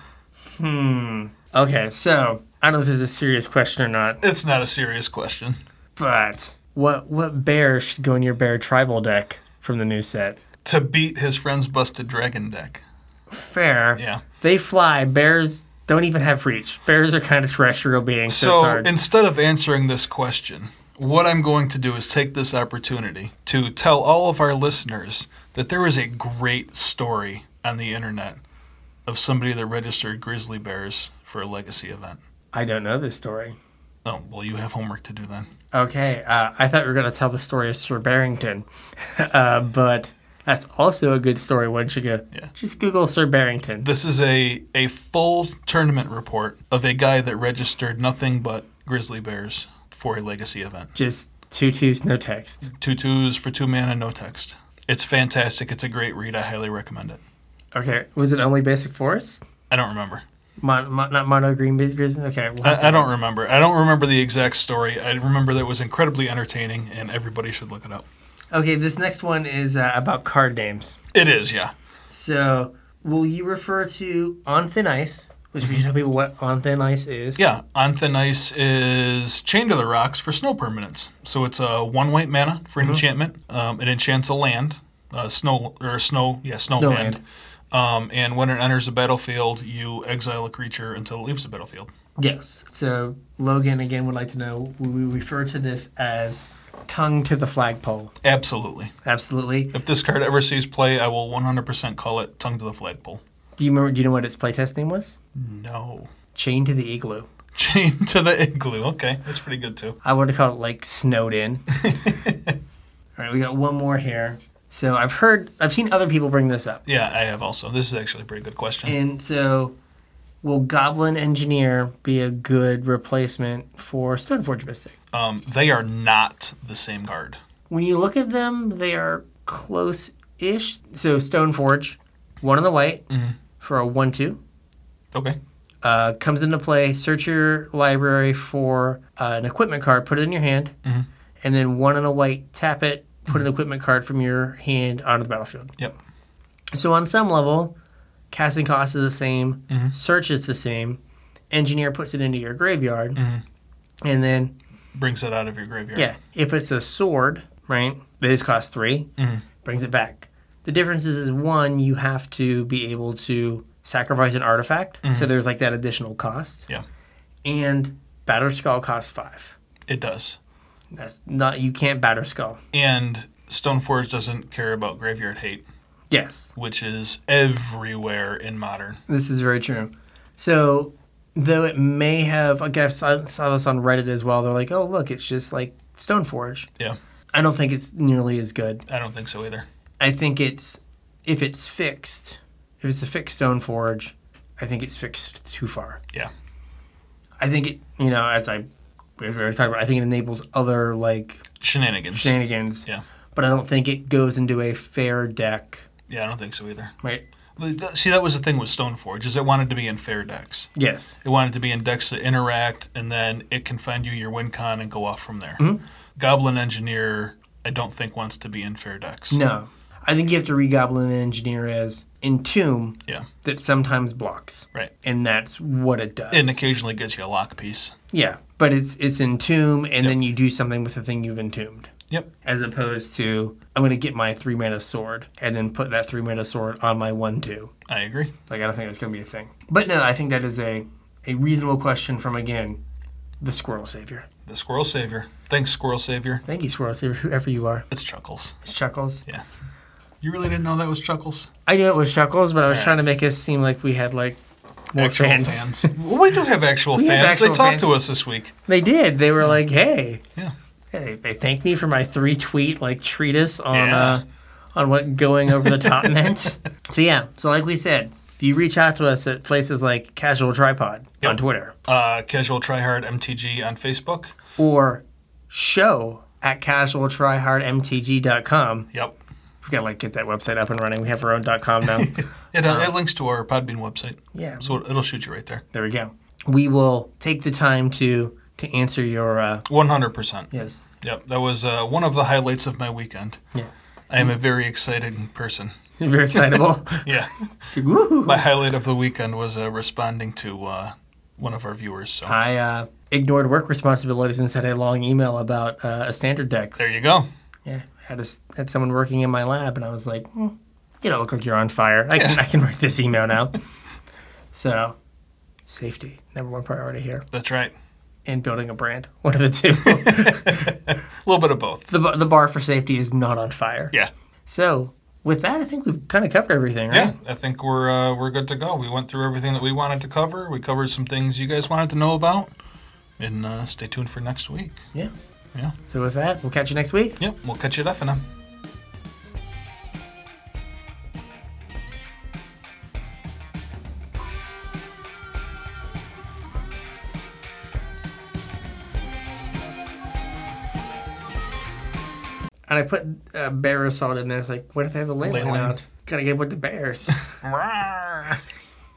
Speaker 1: hmm. Okay, so I don't know if this is a serious question or not,
Speaker 2: It's not a serious question.
Speaker 1: but what what bear should go in your bear tribal deck from the new set?
Speaker 2: To beat his friend's busted dragon deck.
Speaker 1: Fair.
Speaker 2: Yeah.
Speaker 1: They fly. Bears don't even have reach. Bears are kind of terrestrial beings. So, it's
Speaker 2: So
Speaker 1: hard.
Speaker 2: instead of answering this question, what I'm going to do is take this opportunity to tell all of our listeners that there is a great story on the internet of somebody that registered grizzly bears for a legacy event.
Speaker 1: I don't know this story.
Speaker 2: Oh, well, you have homework to do then.
Speaker 1: Okay, uh, I thought we were going to tell the story of Sir Barrington, (laughs) uh, but that's also a good story. One should go.
Speaker 2: Yeah.
Speaker 1: Just Google Sir Barrington.
Speaker 2: This is a, a full tournament report of a guy that registered nothing but grizzly bears for a legacy event.
Speaker 1: Just two twos, no text.
Speaker 2: Two twos for two mana, no text. It's fantastic. It's a great read. I highly recommend it.
Speaker 1: Okay, was it only basic forest?
Speaker 2: I don't remember.
Speaker 1: Mon- mon- not mono green biz- grizzly. Okay, we'll have to-
Speaker 2: I, I don't remember. I don't remember the exact story. I remember that it was incredibly entertaining, and everybody should look it up.
Speaker 1: okay. This next one is uh, about card names.
Speaker 2: It is, yeah.
Speaker 1: So, will you refer to on thin ice, which we should tell people what on thin ice is?
Speaker 2: Yeah, On Thin Ice is Chained to the Rocks for snow permanence. So it's a one white mana for an enchantment. Um, it enchants a land, uh, snow or snow, yeah, snow,
Speaker 1: Snow
Speaker 2: land. Um, and when it enters the battlefield, you exile a creature until it leaves the battlefield.
Speaker 1: Yes. So Logan again would like to know: Will we refer to this as tongue to the flagpole?
Speaker 2: Absolutely.
Speaker 1: Absolutely.
Speaker 2: If this card ever sees play, I will 100% call it Tongue to the Flagpole.
Speaker 1: Do you remember? Do you know what its playtest name was?
Speaker 2: No. (laughs)
Speaker 1: Chain to the igloo.
Speaker 2: Chained to the Igloo. Okay, that's pretty good too.
Speaker 1: I would have called it like snowed in. All right, we got one more here. So I've heard, I've seen other people bring this up.
Speaker 2: Yeah, I have also. This is actually a pretty good question.
Speaker 1: And so, will Goblin Engineer be a good replacement for Stoneforge Mystic?
Speaker 2: Um, they are not the same card.
Speaker 1: When you look at them, they are close ish. So, Stoneforge, one in the white for a 1 2.
Speaker 2: Okay.
Speaker 1: Uh, comes into play. Search your library for uh, an equipment card, put it in your hand, and then one in a white, tap it, put an equipment card from your hand onto the battlefield.
Speaker 2: Yep.
Speaker 1: So on some level, casting cost is the same, search is the same, engineer puts it into your graveyard, and then
Speaker 2: brings it out of your graveyard.
Speaker 1: Yeah. If it's a sword, right, it just costs 3
Speaker 2: Mm-hmm.
Speaker 1: brings it back. The difference is, is one, you have to be able to sacrifice an artifact. So there's like that additional cost.
Speaker 2: Mm-hmm. Yeah,
Speaker 1: And Batter Skull costs five.
Speaker 2: it does.
Speaker 1: That's not you can't batter skull.
Speaker 2: And Stoneforge doesn't care about graveyard hate,
Speaker 1: Yes.
Speaker 2: which is everywhere in modern.
Speaker 1: This is very true. So, though it may have, again, I saw, saw this on Reddit as well. They're like, oh, look, it's just like Stoneforge.
Speaker 2: Yeah,
Speaker 1: I don't think it's nearly as good.
Speaker 2: I don't think so either.
Speaker 1: I think it's, if it's fixed, if it's a fixed Stoneforge, I think it's fixed too far.
Speaker 2: Yeah.
Speaker 1: I think it, you know, as I we already talked about, I think it enables other like
Speaker 2: Shenanigans.
Speaker 1: shenanigans.
Speaker 2: Yeah.
Speaker 1: But I don't think it goes into a fair deck,
Speaker 2: yeah, I don't think so either.
Speaker 1: right?
Speaker 2: But th- See, that was the thing with Stoneforge is it wanted to be in fair decks.
Speaker 1: Yes.
Speaker 2: It wanted to be in decks that interact, and then it can find you your win con and go off from there.
Speaker 1: Mm-hmm.
Speaker 2: Goblin Engineer, I don't think wants to be in fair decks.
Speaker 1: No. I think you have to read Goblin Engineer as entomb
Speaker 2: Yeah,
Speaker 1: that sometimes blocks.
Speaker 2: right.
Speaker 1: And that's what it does.
Speaker 2: And occasionally gets you a lock piece.
Speaker 1: yeah. But it's it's entomb and then you do something with the thing you've entombed.
Speaker 2: Yep.
Speaker 1: As opposed to I'm gonna get my three mana sword and then put that three mana sword on my one two.
Speaker 2: I agree.
Speaker 1: Like I don't think that's gonna be a thing. But no, I think that is a, a reasonable question from again the squirrel savior.
Speaker 2: The Squirrel Savior. Thanks, Squirrel Savior.
Speaker 1: Thank you, squirrel savior, whoever you are.
Speaker 2: It's Chuckles.
Speaker 1: It's Chuckles.
Speaker 2: You really didn't know that was Chuckles?
Speaker 1: I knew it was Chuckles, but I was
Speaker 2: Yeah.
Speaker 1: trying to make it seem like we had like more
Speaker 2: actual fans. well, (laughs) we do have actual
Speaker 1: We
Speaker 2: fans.
Speaker 1: have
Speaker 2: they
Speaker 1: actual
Speaker 2: talked to
Speaker 1: fans.
Speaker 2: us this week.
Speaker 1: They did. They were like, "Hey,
Speaker 2: Yeah.
Speaker 1: Hey, they thanked me for my three tweet like treatise on
Speaker 2: Yeah.
Speaker 1: uh, on what going over the
Speaker 2: (laughs)
Speaker 1: top meant. So yeah, so like we said, if you reach out to us at places like Casual Tripod on Twitter
Speaker 2: Uh, Casual Tryhard MTG on Facebook.
Speaker 1: or show at casualtryhardmtg.com.
Speaker 2: Yep.
Speaker 1: We've got to like get that website up and running. We have our own .com
Speaker 2: (laughs)
Speaker 1: now.
Speaker 2: It, uh, it links to our Podbean website,
Speaker 1: yeah,
Speaker 2: so it'll shoot you right there.
Speaker 1: there we go. We will take the time to to answer your uh,
Speaker 2: 100%.
Speaker 1: yes.
Speaker 2: Yep. That was uh, one of the highlights of my weekend.
Speaker 1: Yeah.
Speaker 2: I am a very exciting person.
Speaker 1: (laughs)
Speaker 2: (laughs)
Speaker 1: Very excitable.
Speaker 2: Yeah.
Speaker 1: Woo!
Speaker 2: My highlight of the weekend was uh, responding to uh, one of our viewers. So
Speaker 1: I uh, ignored work responsibilities and sent a long email about uh, a standard deck.
Speaker 2: there you go.
Speaker 1: Yeah, had a s had someone working in my lab, and I was like, "Hmm, "You don't look like you're on fire. I can I can write this email now." (laughs) so, safety number one priority here,
Speaker 2: That's right.
Speaker 1: and building a brand, (laughs) one of the two.
Speaker 2: A little bit of both.
Speaker 1: the ba- the bar for safety is not on fire.
Speaker 2: Yeah.
Speaker 1: So, with that, I think we've kind of covered everything, right?
Speaker 2: Yeah, I think we're uh, we're good to go. We went through everything that we wanted to cover. We covered some things you guys wanted to know about, and uh, stay tuned for next week.
Speaker 1: Yeah.
Speaker 2: Yeah.
Speaker 1: So with that, we'll catch you next week.
Speaker 2: Yep, we'll catch you at FNM.
Speaker 1: And I put uh, bear assault in there. It's like, what if they have a ley
Speaker 2: Ley
Speaker 1: line
Speaker 2: line.
Speaker 1: (laughs) out? Gotta get with the bears.
Speaker 2: Rawr.